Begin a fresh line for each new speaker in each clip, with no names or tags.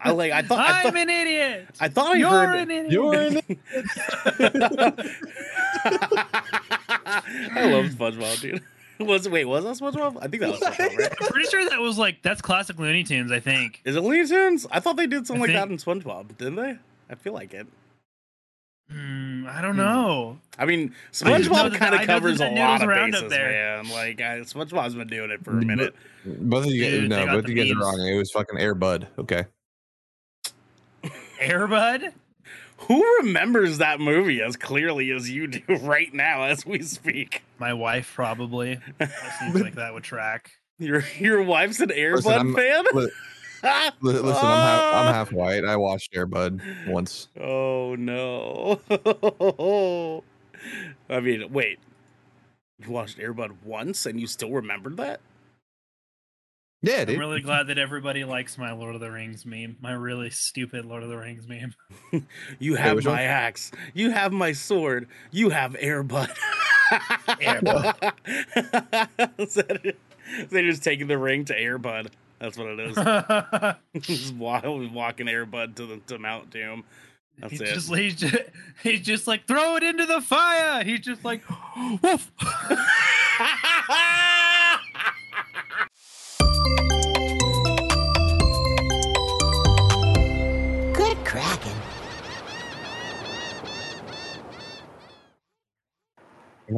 I like I thought I
I'm
thought
an idiot.
I thought I
You're
heard
an idiot.
You're in
I love SpongeBob, dude. Was wait, was that SpongeBob? I think that was SpongeBob, right?
Pretty sure that was like that's classic Looney Tunes. I think.
Is it Looney Tunes? I thought they did something
I
like that in SpongeBob, didn't they? I feel like it.
Hmm, I don't know.
I mean,
I just know
SpongeBob
that-
kind
I
of
know
covers
that
a
Noodles
lot of
Roundup
bases,
there.
man. Like I, SpongeBob's been doing it for a minute.
both of you guys.
Dude, they
No,
got
both of
the
you guys are
memes.
wrong. It was fucking Air Bud. Okay.
Airbud.
Who remembers that movie as clearly as you do right now as we speak?
My wife probably. That seems like that would track.
Your your wife's an
Listen,
Airbud
I'm-
fan?
li- li- Listen, I'm half, I'm half white. I watched Air Bud once.
Oh no. I mean, wait. You watched Airbud once and you still remembered that?
Yeah, dude.
I'm really glad that everybody likes my Lord of the Rings meme. My really stupid Lord of the Rings meme.
You have
which
my
one?
axe. You have my sword. You have Airbud. Airbud. so they're just taking the ring to Airbud. That's what it is. just wa- walking Airbud to the to Mount Doom. That's
he's
it.
just he's just he's just like throw it into the fire. He's just like woof.
Good Kraken.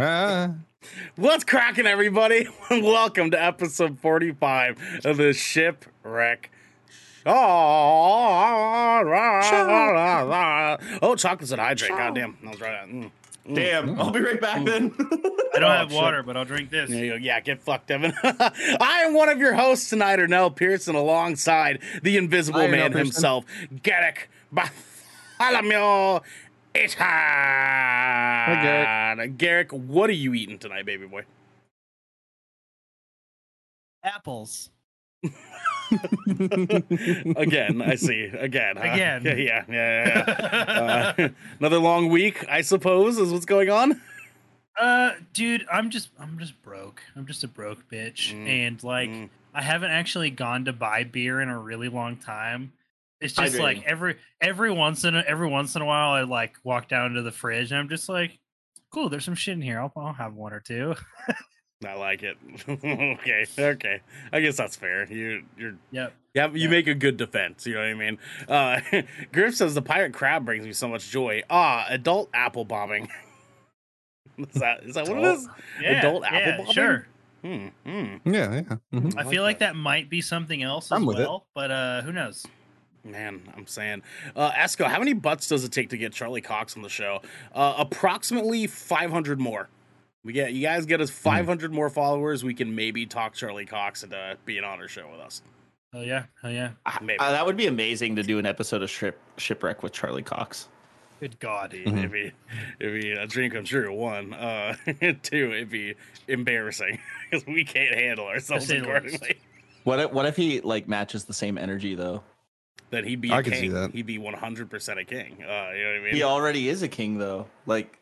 Ah.
What's cracking, everybody? Welcome to episode 45 of the Shipwreck Show. Oh, chocolates and hydrate. Goddamn. I was right. Mm. Mm.
Damn, I'll be right back then.
I don't
Oh,
have
shit.
water, but I'll drink this.
There you go. Yeah, get fucked, Evan. I am one of your hosts tonight, Arnell Pearson, alongside the Invisible
Hi,
Man
Arnell Pearson.
himself, Garrick Bartholomew Itan. Garrick. what are you eating tonight, baby boy?
Apples.
Again, I see. Again. huh?
Again.
Yeah, yeah, yeah. yeah. Uh, another long week, I suppose, is what's going on.
Uh, dude, I'm just I'm just broke. I'm just a broke bitch,
Mm,
and like
mm.
I haven't actually gone to buy beer in a really long time. It's just like
Hydrating.
every every once in a, every once in a while, I like walk down to the fridge and I'm just like, cool, there's some shit in here. I'll, I'll have one or two.
I like it. okay, okay. I guess that's fair. You, you're
Yep.
Yeah, you
Yeah.
make a good defense. You know what I mean. Uh, Griff says the pirate crab brings me so much joy. Ah, adult apple bombing. is that is that what it is?
Yeah,
Adult apple
yeah,
bobbing?
Sure.
Hmm, hmm.
Yeah, yeah. Mhm.
I,
like
feel like that. might be something else
I'm
as
with it.
well, but uh, who knows?
Man, I'm saying, uh, Esco, how many butts does it take to get Charlie Cox on the show? Uh, approximately 500 more. We get you guys
Hmm.
get us 500 more followers. We can maybe talk Charlie Cox into being on our show with us.
Oh yeah, oh yeah.
Maybe.
Uh, that would be amazing to do an episode of Ship, Shipwreck with Charlie Cox.
Good God, dude.
Mm-hmm.
It'd be, it'd be a dream come true. One, uh, two, it'd be embarrassing because we can't handle ourselves
say the least.
accordingly.
What if, what if he like matches the same energy though?
Then he'd be.
I
a
can
king.
see that.
He'd be one hundred percent a king. Uh, you know what I mean?
He already is a king though. Like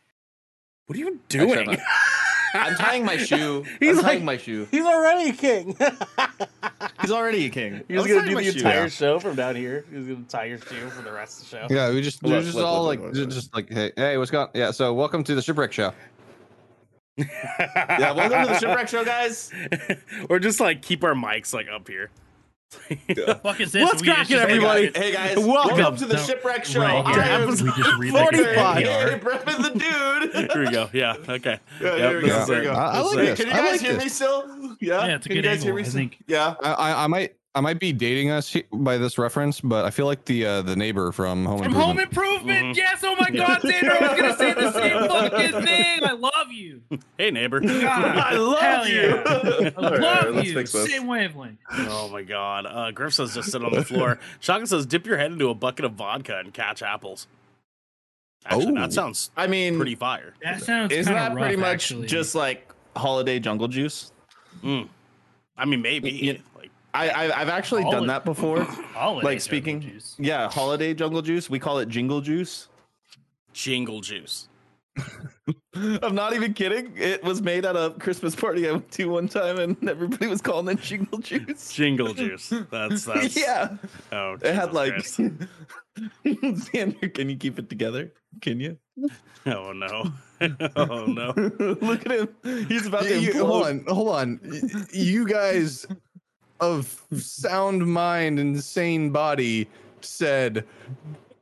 what are you
Actually,
doing?
I'm not- I'm tying my shoe.
He's
I'm
like-
tying my shoe.
He's already a king.
He's already a king.
He was
I'm
gonna
tying
do
my
the
shoe.
entire show from down here. He was gonna tie your shoe for the rest of the show.
Yeah, we just
Look,
we're just
look,
all
look,
like
look,
ju-
look.
just like hey hey what's going on? yeah so welcome to the shipwreck show
Yeah, welcome to the Shipwreck Show, guys.
or just like keep our mics like up here.
Fuck is this?
What's
We- it's
cracking,
just-
Hey,
everybody?
guys. Hey guys,
Welcome.
welcome, to the
No,
Shipwreck Show.
right here.
I am
We just read like
Dr.
Forty five.
Hey, Brevin the dude.
Here we go. Yeah. Okay.
Yeah,
Yep,
there we
this
go.
is
There
it.
we go.
I- I like
Hey,
this.
Can you
I
guys
like
hear me
this.
still? Yeah.
Yeah, it's a
Can you
good
guys hear
angle.
me
I
still?
think.
Yeah.
I, I, I might I might be dating us he- by this reference, but I feel like the uh, the neighbor from Home
From Home
Mhm.
Improvement.
Improvement.
Mm-hmm.
Yes. Oh my God, Xander, I was gonna say the same fucking thing. I love you.
Hey neighbor.
God.
I love
Hell
you.
yeah. I
All right, all right,
love
let's
you.
fix this.
Same wavelength.
oh my god. Uh Griff says just sit on the floor. Shaka says dip your head into a bucket of vodka and catch apples. Actually,
Oh.
that sounds
I mean,
pretty fire.
That sounds
isn't
kind
that
of
pretty much
actually.
just like holiday jungle juice?
Mm. I mean maybe.
You-
like
I, I I've actually
Holiday-
done that before.
Holiday
like
jungle
speaking,
juice.
yeah, holiday jungle juice. We call it jingle juice.
jingle juice.
I'm not even kidding. It was made at a Christmas party I went to one time, and everybody was calling it jingle juice.
Jingle juice. That's that's
yeah,
Oh,
it
Jesus
had like.
Christ.
Xander, can you keep it together? Can you?
oh no, oh no.
Look at him. He's about to.
You-
implode.
hold on, hold on. Y- You guys of sound mind and sane body said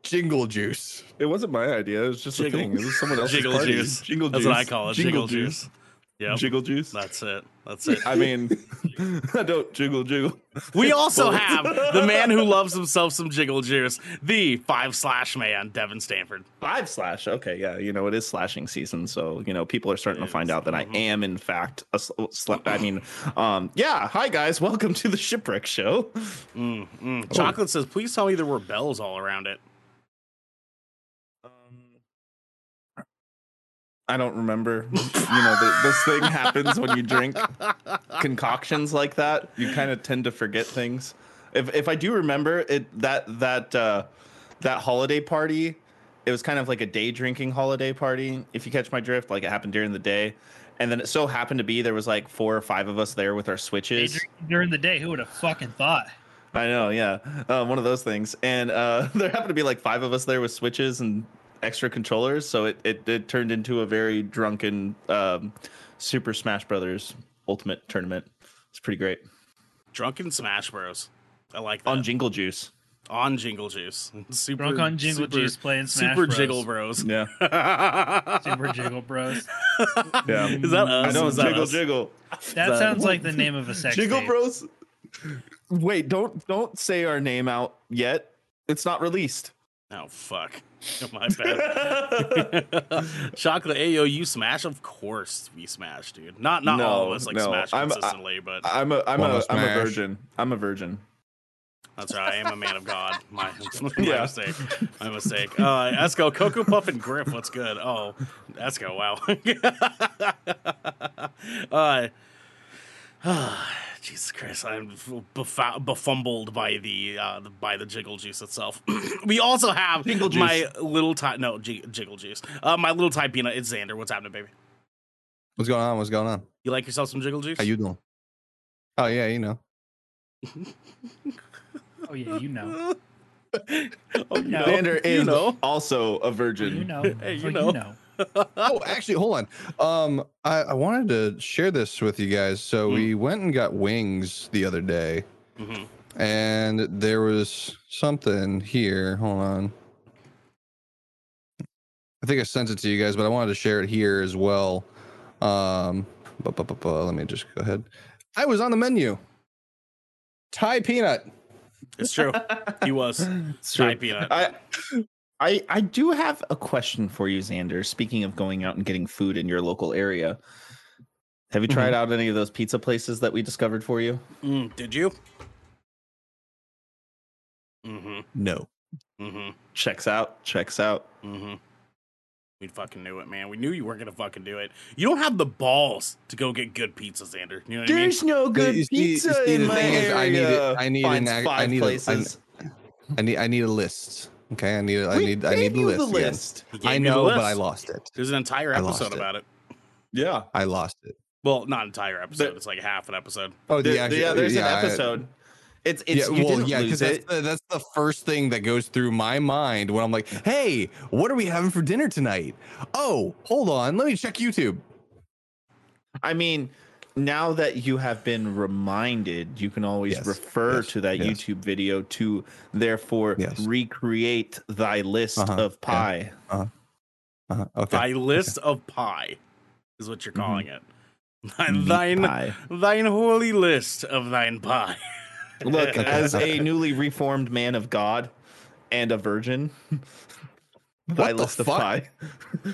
jingle juice.
It wasn't my idea. It was just
Jiggle.
a thing. It was someone else's
Jiggle
party.
juice.
Jingle
That's
juice.
what I call it. Jingle, juice. Yep.
Jiggle juice.
That's it. That's it.
I mean, I don't jiggle jiggle.
We also have the man who loves himself some jiggle juice, the five slash man, Devin Stanford.
Five slash. Okay, yeah. You know, it is slashing season, so you know people are starting
It
to find
is.
out that I
Mhm.
am in fact a sl- sla- I mean, um, yeah. Hi guys, welcome to the shipwreck show.
Mm,
Oh.
mm. Chocolate says, please tell me there were bells all around it.
I don't remember. you know, th this thing happens when you drink concoctions like that. You kind of tend to forget things. If if I do remember it, that that uh, that holiday party, it was kind of like a day drinking holiday party. If you catch my drift, like it happened during the day, and then it so happened to be there was like four or five of us there with our
They
switches.
drink during the day. Who would have fucking thought?
I know, yeah, uh, one of those things. And uh, there happened to be like five of us there with switches and extra controllers, so it it, it turned into a very drunken um, Super Smash Brothers Ultimate tournament. It's pretty great
Drunken Smash Bros. I like that.
on
On,
Jingle Juice.
Jingle Juice. Super,
Drunk on Jingle
super-
Juice playing Smash
Super
Bros.
Jiggle Bros.
Yeah,
Super Jiggle Bros.
yeah.
Is that us?
I know.
Is
It's
that
jiggle,
us?
jiggle,
That
That-
sounds like the name of a sex
jiggle,
tape.
bros. Wait, don't don't say our name out yet. It's not released.
Oh, fuck. My bad. Chocolate Ayo, you smash? Of course we smash, dude. Not not all
No,
of us like
no.
smash
I'm- I-
consistently, but
I'm a I'm
Wanna
a I'm a
smash?
virgin. I'm a virgin.
That's right. I am a man of God. My, my
Yeah.
mistake. My mistake. Uh, Esco, Cocoa Puff and Griff. What's good? Oh, Esco. Wow. uh, Jesus Christ, I'm befa- befumbled by the, uh, the by the jiggle juice itself. we also have
Jingle juice.
my little Thai. No, j- jiggle juice. Uh, my little Thai peanut. It's Xander. What's happening, baby?
What's going on? What's going on?
You like yourself some jiggle juice?
How you doing? Oh yeah, you know.
Oh yeah, you know.
oh, you
No.
know.
Xander
you
is
know.
also a virgin.
You know.
Hey, you
oh,
know.
you know.
oh, actually, hold on. Um, I, I wanted to share this with you guys. So
Hmm.
we went and got wings the other day,
Mhm.
and there was something here. Hold on. I think I sent it to you guys, but I wanted to share it here as well. Um, bu- bu- bu- bu- let me just go ahead. I was on the menu. Thai peanut.
It's true. He was.
It's true.
Thai peanut.
I, I I do have a question for you, Xander. Speaking of going out and getting food in your local area, have you tried out any of those pizza places that we discovered for you?
Mm, did you? Mm-hmm.
No.
Mm-hmm.
Checks out. Checks out.
Mm-hmm. We fucking knew it, man. We knew you weren't gonna fucking do it. You don't have the balls to go get good pizza, Xander. You know what I mean?
no
you see- you see, the thing is, I need it- I need an
Finds
ac- I
five
need a- I-
places.
I need. I need a list. Okay. I need. I
We
need. I
gave
need the
you
list.
The
yes.
list.
He gave
I
you the
know, but I
list.
lost it.
There's an entire
I
episode
lost it.
about it.
Yeah.
I lost it.
Well, not entire episode.
The-
it's like half an episode.
Oh,
There-
the actual-
yeah. There's
yeah, I-
an episode. It's it's you didn't lose
that's
it.
the, that's the first thing that goes through my mind when I'm like, "Hey, what are we having for dinner tonight?" Oh, hold on, let me check YouTube.
I mean, now that you have been reminded, you can always
Yes,
refer
yes,
to that
yes.
YouTube video to therefore
Yes.
recreate thy list
Uh-huh,
of pie.
Uh, okay,
Thy list of pie is what you're
Mm-hmm.
calling it.
Meat
thine
pie.
thine holy list of thine pie.
Look,
Okay,
as
okay.
a newly reformed man of God and a virgin, thy
What the
list of
fuck?
pie.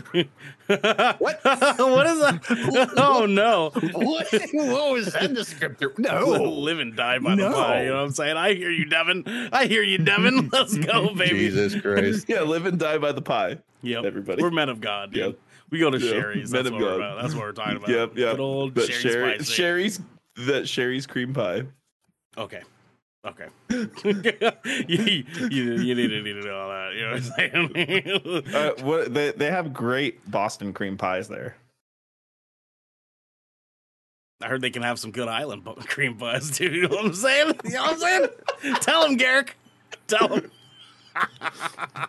what? what is that? oh no.
what? What was that descriptor? No,
live and die by the
No.
pie. You know what I'm saying? I hear you, Devin. I hear you, Devin. Let's go, baby.
Jesus Christ.
Yeah, live and die by the pie.
Yep.
Everybody.
We're men of God, dude.
Yep.
We go to
Yep.
Sherry's.
Men
That's
of
what we're
God.
about. That's what we're talking about.
Yep, yep.
Good old
That
Sherry's
Sherry-
spicy.
Sherry's that Sherry's cream pie.
Okay. Okay. you, you, you need to need to know all that. You know what I'm saying?
Uh, what they they have great Boston cream pies there.
I heard they can have some good island bu- cream buzz too. You know what I'm saying? You know what I'm saying? Tell him, Garrick. Tell him.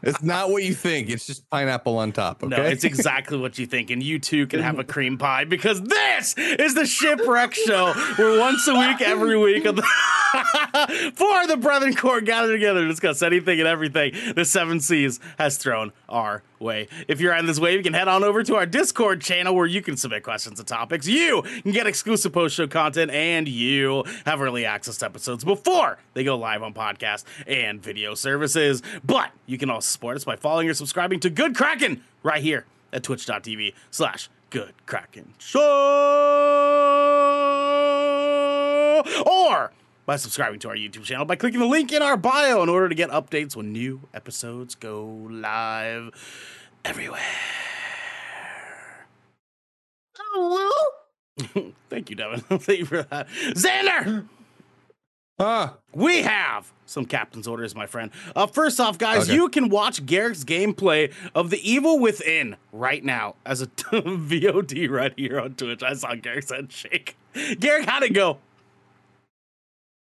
It's not what you think. It's just pineapple on top. Okay.
No, it's exactly what you think, and you too can have a cream pie because this is the shipwreck show. We're once a week, every week, of the four of the brethren core gather together to discuss anything and everything the seven seas has thrown our way. If you're on this wave, you can head on over to our Discord channel where you can submit questions and topics. You can get exclusive post show content, and you have early access to episodes before they go live on podcast and video services. But you can also support us by following or subscribing to Good Kraken right here at twitch.tv slash good kraken show or by subscribing to our youtube channel by clicking the link in our bio in order to get updates when new episodes go live everywhere thank you devin thank you for that xander
Ah,
we have some captain's orders, my friend. Uh, first off, guys,
Okay.
you can watch Garrick's gameplay of The Evil Within right now as a VOD right here on Twitch. I saw Garrick's head shake. Garrick, how'd it go?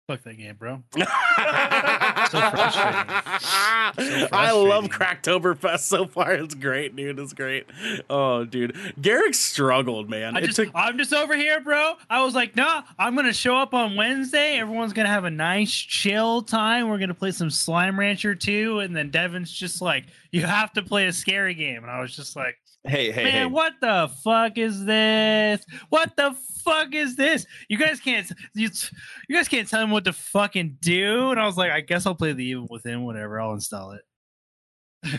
Fuck that game, bro. frustrating.
I love Cracktoberfest so far. It's great, dude. It's great. Oh, dude. Garrick struggled, man.
I
it
just,
took
I'm just over here, bro. I was like, nah, I'm gonna show up on Wednesday. Everyone's gonna have a nice chill time. We're gonna play some Slime Rancher 2. And then Devin's just like, you have to play a scary game. And I was just like,
Hey, hey,
man,
hey.
what the fuck is this? What the fuck is this? You guys can't you, you guys can't tell him what to fucking do. And I was like, I guess I'll play the evil within, whatever, I'll install it.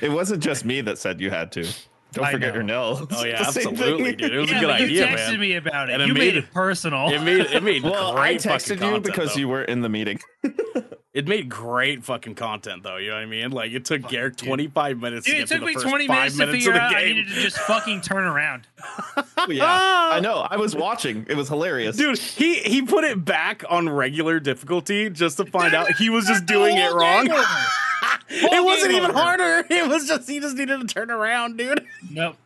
It wasn't just me that said you had to. Don't
I
forget
know.
your nails.
Oh, yeah,
The same
absolutely,
thing.
dude. It was
Yeah,
a good
but
idea,
you texted
man.
me about it.
And it
you
made
made
it-
it personal.
it made it made
Well, I
great
texted
fucking
you
content,
because
though.
you were in the meeting.
It made great fucking content though. You know what I mean? Like it took Garrick
dude.
25 minutes.
Dude,
to
it
get through
took me
the first
20
five
minutes to figure
of the
out I
game.
needed to just fucking turn around.
yeah, I know. I was watching. It was hilarious.
Oh, Dude, he he put it back on regular difficulty just to find out he was just
The
doing it
whole
wrong.
game over.
it wasn't
game
even
over.
harder. It was just he just needed to turn around, dude.
Nope.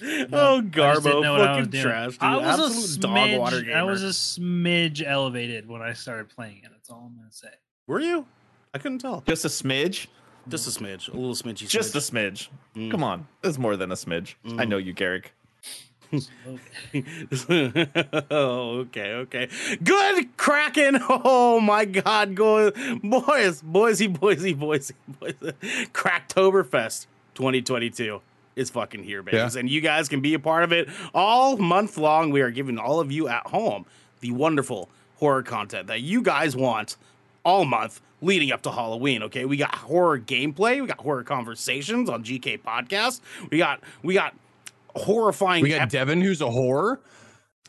oh,
I just didn't know
Garbo,
what I was
fucking
doing.
trash. Dude.
I was
Absolute
a
dog water
smidge. I
gamer.
was a smidge elevated when I started playing it. That's all I'm gonna say.
Were you? I couldn't tell.
Just a smidge.
Just a smidge, a little smidgy.
Just a
smidge.
smidge.
Mm.
Come on. It's more than a smidge. I know you, Garrick.
oh, okay, okay. Good Kraken. Oh my God, go boys, Boise, Boise, Boise, Boise. Cracktoberfest 2022 is fucking here, babies,
Yeah.
and you guys can be a part of it all month long. We are giving all of you at home the wonderful horror content that you guys want all month leading up to Halloween. Okay, we got horror gameplay, we got horror conversations on GK podcast, we got we got horrifying
we got Devin, who's a whore.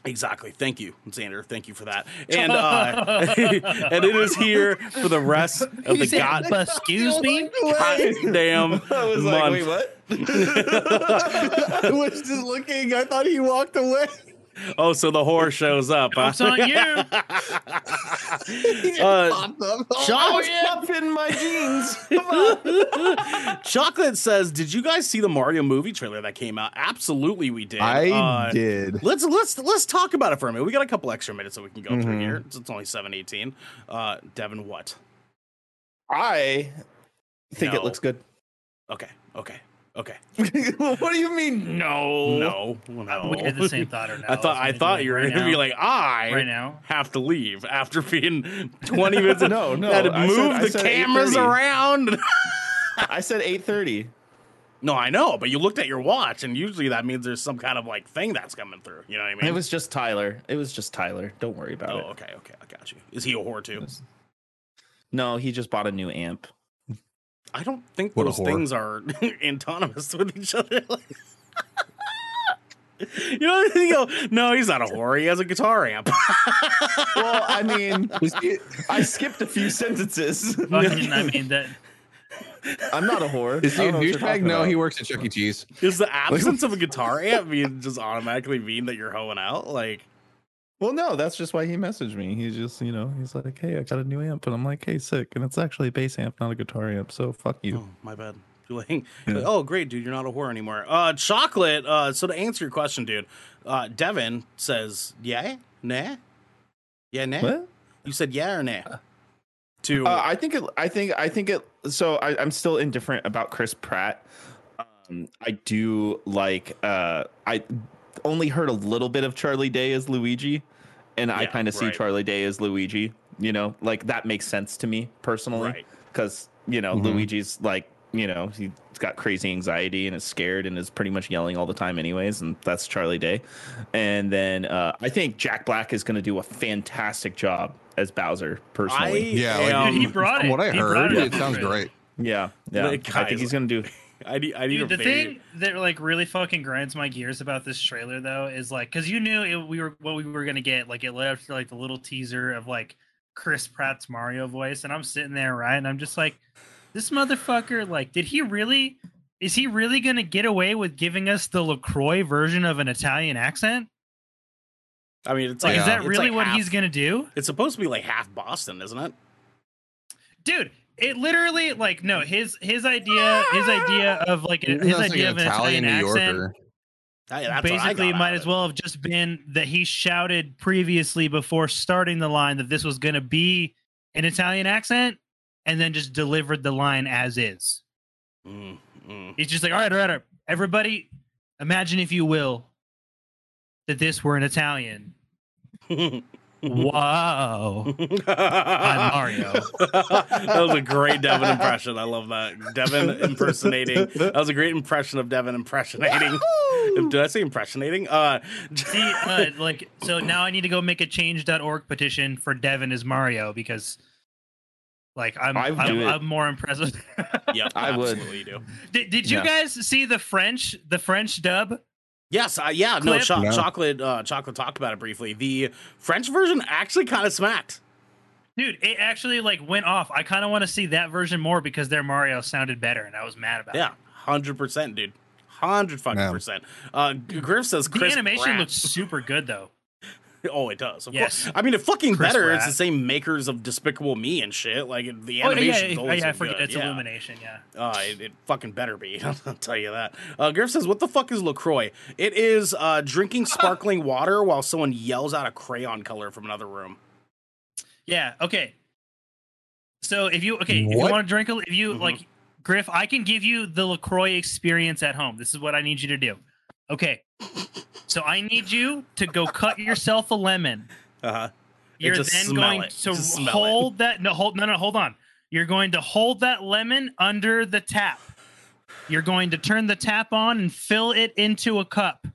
Exactly. Thank you, Xander. Thank you for that. And uh, and it is here for the rest of the
He said,
god
"But excuse me.
goddamn
I was like, wait,
month.
what?
I was just looking. I thought he walked away.
oh, so the whore shows up. huh?
It's on you.
Uh,
Oh,
I
Chocolate,
was puffing my jeans.
Chocolate says, "Did you guys see the Mario movie trailer that came out? Absolutely, we did.
I
Uh,
did.
Let's let's let's talk about it for a minute. We got a couple extra minutes that we can go
Mm-hmm.
through here. It's, it's only seven eighteen. Uh, Devin, what?
I think
No.
it looks good.
Okay, okay, okay.
what do you mean? No.
No, no.
We had the same thought or no.
Oh,
I thought I thought you were gonna be like I
right now.
have to leave after being 20 minutes.
No, no,
had to
I said-
move
I
the
said
cameras
8:30.
around.
I said 8:30.
no, I know, but you looked at your watch, and usually that means there's some kind of like thing that's coming through. You know what I mean?
It was just Tyler. It was just Tyler. Don't worry about
oh,
it.
okay, okay, I got you. Is he a whore too?
No, he just bought a new amp.
I don't think
What a
those
whore.
things are antonymous with each other. you know, you go, no, he's not a whore. He has a guitar amp.
Well, I mean,
Was he-
I skipped a few sentences.
Fucking, I mean that.
I'm not a whore.
Is
I
he a
don't know what you're
douchebag?
talking
No,
about.
he works at Chuck E. Cheese.
Does the absence of a guitar amp mean just automatically mean that you're hoeing out? Like,
Well, no, that's just why he messaged me. He's just, you know, he's like, hey, I got a new amp. And I'm like, hey, sick. And it's actually a bass amp, not a guitar amp. So fuck you.
Oh, my bad. Julian.
Yeah.
Oh, great, dude. You're not a whore anymore. Uh, chocolate. Uh, so to answer your question, dude, uh, Devin says, yeah, nah. Yeah,
Oh,
nah.
What?
You said yeah or nah? To
Uh, I think it, I think I think it. So I, I'm still indifferent about Chris Pratt. Um, I do like. Uh, I only heard a little bit of Charlie Day as Luigi, and I
Yeah,
kind of see
right.
Charlie Day as Luigi. You know, like that makes sense to me personally
Right.
because you know
Mhm.
Luigi's like you know he's got crazy anxiety and is scared and is pretty much yelling all the time anyways and that's charlie day and then uh, i think jack black is going to do a fantastic job as bowser
I
personally
Yeah, like,
am-
Dude, he brought
From
it.
what I
He
heard,
brought
it,
up for
sounds
it.
great.
yeah, yeah.
Like,
I
guys-
think he's gonna do.
I need, I need
Dude,
a
the
vape.
thing that like really fucking grinds my gears about this trailer though is like because you knew it, we were what we were gonna get like it led up to like the little teaser of like Chris Pratt's Mario voice and I'm sitting there right and I'm just like this motherfucker like did he really is he really gonna get away with giving us the Lacroix version of an Italian accent
I mean, it's
like
like
is that
it's
really
like
what
half-
he's gonna do
It's supposed to be like half Boston, isn't it?
dude it literally like no his his idea his idea of like his
That's like
idea of an Italian, accent
I, that's what I
basically it
got
might
out
as
of
well have just been that he shouted previously before starting the line that this was going to be an Italian accent and then just delivered the line as is.
it. Mm, mm.
He's just like, all right, all right, all right. everybody, imagine if you will that this were an Italian. Wow. I'm Mario.
mm. that was a great Devin impression. I love that. Devin impersonating. That was a great impression of Devin impressionating. Did I say impressionating? Uh,
See, uh, like, so now I need to go make a change.org petition for Devin as Mario because, like, I'm,
I
I'm,
would do it.
I'm more impressed with.
yep,
I would.
absolutely you do.
Did, did you
Yeah.
guys see the French the French dub?
Yes, uh, yeah, no,
Clip.
cho-
No.
chocolate. Uh, chocolate talked about it briefly. The French version actually kind of smacked.
Dude, it actually like went off. I kind of want to see that version more because their Mario sounded better, and I was mad about
Yeah,
it.
hundred percent, dude. Hundred fucking
Yeah.
percent. Uh, G- Griff says
The
Chris
animation
Pratt.
looks super good though.
Oh, it does. Of
Yes.
course. I mean, it fucking
Chris
better. It's
Pratt.
the same makers of Despicable Me and shit. Like it- the
Oh yeah, yeah,
animation.
yeah,
always
yeah, I
been
forget
good.
it's
yeah.
Illumination. Yeah,
Uh, it, it fucking better be. I'll tell you that. Uh, Griff says, "What the fuck is Lacroix? It is uh, drinking sparkling water while someone yells out a crayon color from another room."
yeah. Okay. So if you okay, if you
What?
want to drink, a, if you
Mhm.
like, Griff, I can give you the Lacroix experience at home. This is what I need you to do. Okay. So I need you to go cut yourself a lemon.
Uh huh. And
You're
just
then
smell
going
it.
to
Just smell it.
hold that. No, hold. No, no, hold on. You're going to hold that lemon under the tap. You're going to turn the tap on and fill it into a cup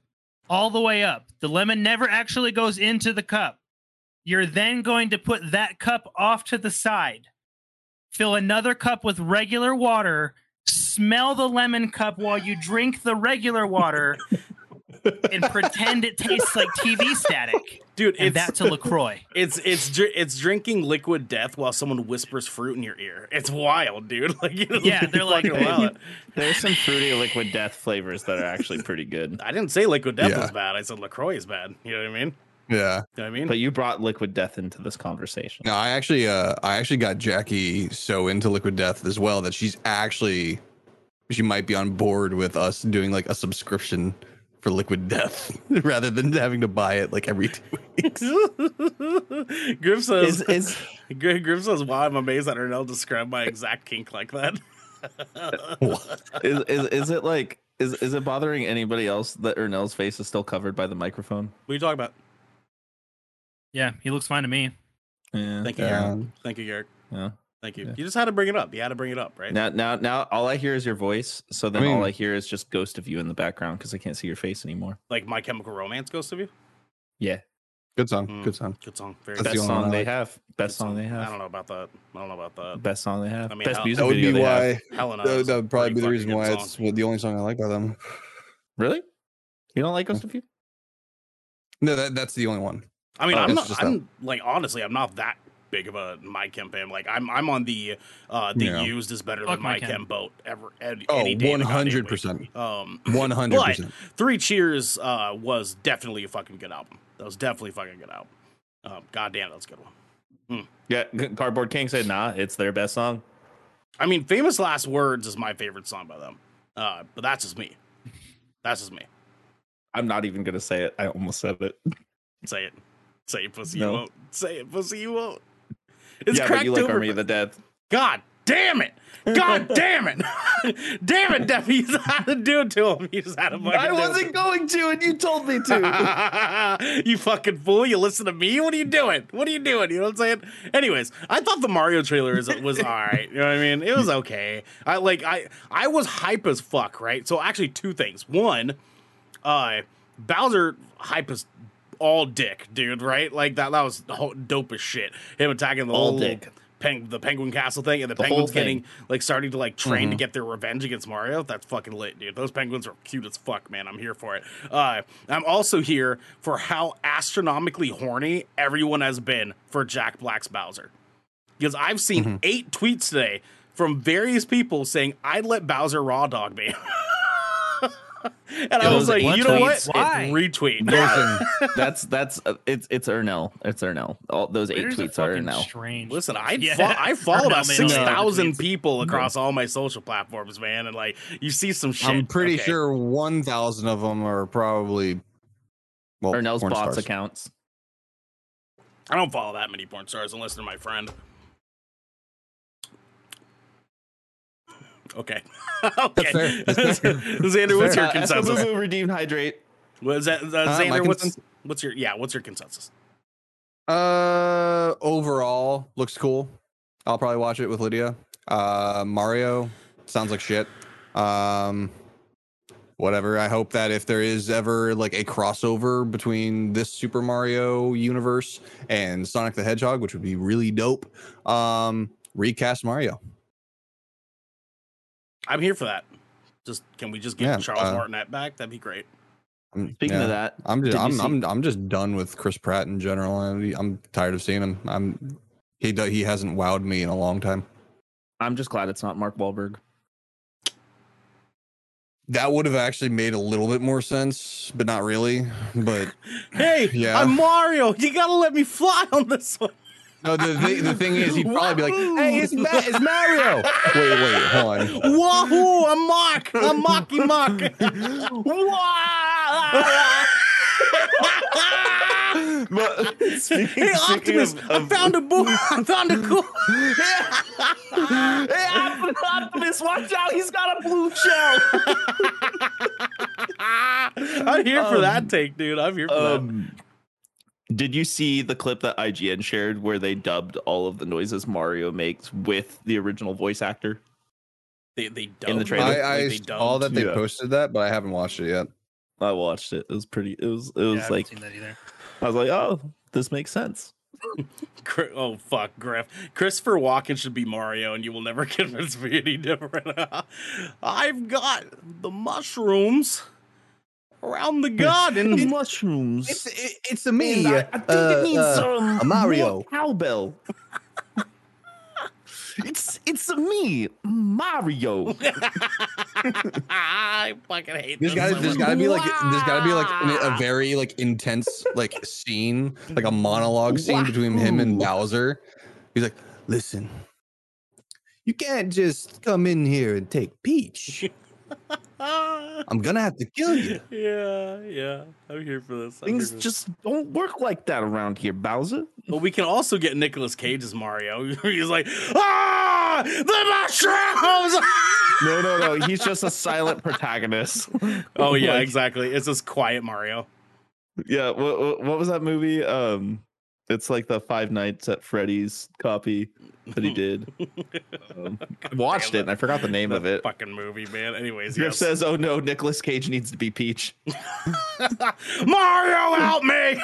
all the way up. The lemon never actually goes into the cup. You're then going to put that cup off to the side, fill another cup with regular water, smell the lemon cup while you drink the regular water, and pretend it tastes like TV static.
Dude,
And
it's
that's a LaCroix.
it's it's dr- it's drinking liquid death while someone whispers fruit in your ear. It's wild, dude. Like you know,
Yeah, they're like-
fucking wild.
There's some fruity liquid death flavors that are actually pretty good.
I didn't say liquid death
Yeah.
was bad. I said Lacroix is bad. You know what I mean?
Yeah.
You know what I mean?
But you brought liquid death into this conversation.
No, I actually, uh, I actually got Jackie so into Liquid Death as well that she's actually, she might be on board with us doing like a subscription for Liquid Death rather than having to buy it like every.
Griff
Is
says,
is
Gr- Griff says, wow, I'm amazed that Ernell described my exact kink like that.
is, is is it like is is it bothering anybody else that Ernell's face is still covered by the microphone?
What are you talking about?
Yeah, he looks fine to me.
Yeah.
Thank you, Garrick.
Um,
Thank you, Garrick.
Yeah.
Thank you.
Yeah.
You just had to bring it up. You had to bring it up, right?
Now now now all I hear is your voice. So then
I mean-
all I hear is just ghost of you in the background because I can't see your face anymore.
Like My Chemical Romance Ghost of You?
Yeah.
good song.
Mm.
Good song.
Good song. Very
That's
good.
Best
the only one
song
I
they
like.
have.
Good
Best song they
I don't
have.
know about that. I don't know about that.
Best song they have.
I mean,
Best
how-
music
That would
video
be
they have.
why.
Helen,
That, that would probably be the
pretty
reason
fucking
why
good
it's the only song I like by them.
Really? You don't like Ghost of You?
No, that, that's the only one.
I mean,
Oh,
I'm
it's
not.
just
I'm like honestly, I'm not that big of a my chem fan. Like I'm, I'm on the uh the
Yeah.
used is better
Fuck
than my
My Chem.
chem boat ever. Any,
Oh,
any day of the goddamn
100%.
week. Um,
One hundred
But
percent.
three cheers uh was definitely a fucking good album. That was definitely fucking good album. Um, God damn, that's a good one.
Yeah, Cardboard King said, "Nah, it's their best song."
I mean, Famous Last Words is my favorite song by them. Uh, but that's just me. That's just me.
I'm not even gonna say it. I almost said it.
Say it. Say it, pussy,
No.
you won't. Say it, pussy, you won't. It's
yeah,
cracked
but you like
over.
Army of the Dead.
God damn it! God damn it! damn it, Depp, you just had to do it to him. You just had to fucking do it.
going to, and you told me
you fucking fool! You listen to me. What are you doing? What are you doing? You know what I'm saying? Anyways, I thought the Mario trailer is, was all right. You know what I mean? It was okay. I like I I was hype as fuck, right? So actually, two things. One, uh, Bowser hype as all dick, dude. Right? Like that. That was ho- dope as shit. Him attacking the
All
whole
dick.
Peng, the Penguin Castle thing, and the,
The whole
penguins
thing.
getting like starting to like train to get their revenge against Mario. That's fucking lit, dude. Those penguins are cute as fuck, man. I'm here for it. Uh, I'm also here for how astronomically horny everyone has been for Jack Black's Bowser, because I've seen eight tweets today from various people saying I'd let Bowser raw dog me. And I was
Those
like,
eight
you know what?
tweets, it
Why?
Retweet.
Listen,
that's that's uh, it's it's Ernell. It's Ernell. All those eight
Twitter's a
tweets are
fucking
Ernell.
Strange.
Listen, I
Yeah.
fo- I follow
Or no,
about
maybe not.
six thousand
Tweets.
people across all my social platforms, man, and like you see some shit.
I'm pretty
okay.
sure 1,000 of them are
oh,
probably. Well,
Ernell's
porn
bots
stars.
accounts.
I don't follow that many porn stars unless they're my friend. Okay. okay.
fair. That's fair.
Xander, what's
fair. Uh,
your
Uh,
consensus?
Escobubu, redeem, hydrate.
What is that, uh,
my
Xander, what's
consensus-
what's your yeah? What's your consensus?
Uh, overall, looks cool. I'll probably watch it with Lydia. Uh, Mario sounds like shit. Um, whatever. I hope that if there is ever like a crossover between this Super Mario universe and Sonic the Hedgehog, which would be really dope, um, recast Mario.
I'm here for that. Just can we just get
Yeah,
Charles
uh,
Martinet back? That'd be great.
I'm-
Speaking
Mm, yeah.
of that,
I'm
did
just
you
I'm,
see-
I'm I'm just done with Chris Pratt in general. I'm, I'm tired of seeing him. I'm he do, he hasn't wowed me in a long time.
I'm just glad it's not Mark Wahlberg.
That would have actually made a little bit more sense, but not really. But
Hey,
Yeah.
I'm Mario. You gotta let me fly on this one.
no, the thi- the thing is, he'd probably be like, "Hey, it's, Ma- it's Mario." wait, wait, hold on.
Wahoo! I'm Mark. I'm Marky Mark.
But speaking,
Hey,
speaking
Optimus!
of,
I
of
found a boo. I found a cool.
Optimus, watch out! He's got a blue shell.
I'm here
Um,
for that take, dude. I'm here for that.
um, did you see the clip that IGN shared where they dubbed all of the noises Mario makes with the original voice actor?
They they dubbed
in the trailer?
like,
I, I
they
all that
dubbed.
they
Yeah.
posted that, but I haven't watched it yet.
I watched it. It was pretty. It was. It
Yeah, I
was
haven't
like
seen that either.
I was like, oh, this makes sense.
Cri- Oh fuck, Griff. Christopher Walken should be Mario, and you will never convince me any different. I've got the mushrooms around the garden.
mushrooms.
it, it's a
And I, I think it means um,
uh, a Mario.
more Cowbell. it's it's a me, Mario.
I fucking hate
There's
this.
gotta,
so
there's
much.
gotta be like, there's gotta be like an- a very like intense like scene, like a monologue scene between him and Bowser. He's like, "Listen, you can't just come in here and take Peach.
Ah,
I'm gonna have to kill you."
yeah, yeah. I'm here for this. I'm here
Things
for this.
just don't work like that around here, Bowser.
But we can also get Nicolas Cage as Mario. He's like, ah, the mushrooms.
No, no, no. He's just a silent protagonist.
oh yeah,
Like,
exactly. It's this quiet Mario.
yeah. What, what what was that movie? Um, it's like the Five Nights at Freddy's copy that he did. Um, I watched it and I forgot the name of it.
Fucking movie, man. Anyways,
Griff
yes.
says, "Oh no, Nicolas Cage needs to be Peach."
Mario, help me!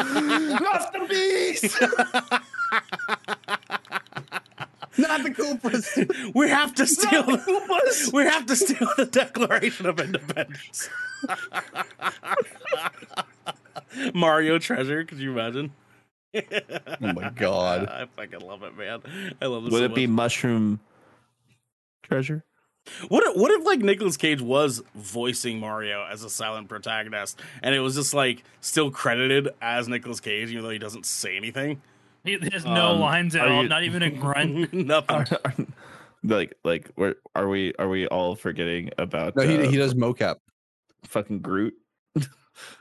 Not the beast.
Not the Koopas.
We have to steal. The, we have to steal the Declaration of Independence. Mario treasure? Could you imagine?
oh my god.
I fucking love it, man. I love this.
Would
so
it be
much.
mushroom treasure?
What if, what if like Nicolas Cage was voicing Mario as a silent protagonist, and it was just like still credited as Nicolas Cage, even though he doesn't say anything,
He- There's no
Um,
lines at
are
all,
you-
not even a grunt. Uh,
nothing.
like like where are we are we all forgetting about
No, he,
uh,
he does mocap.
fucking Groot?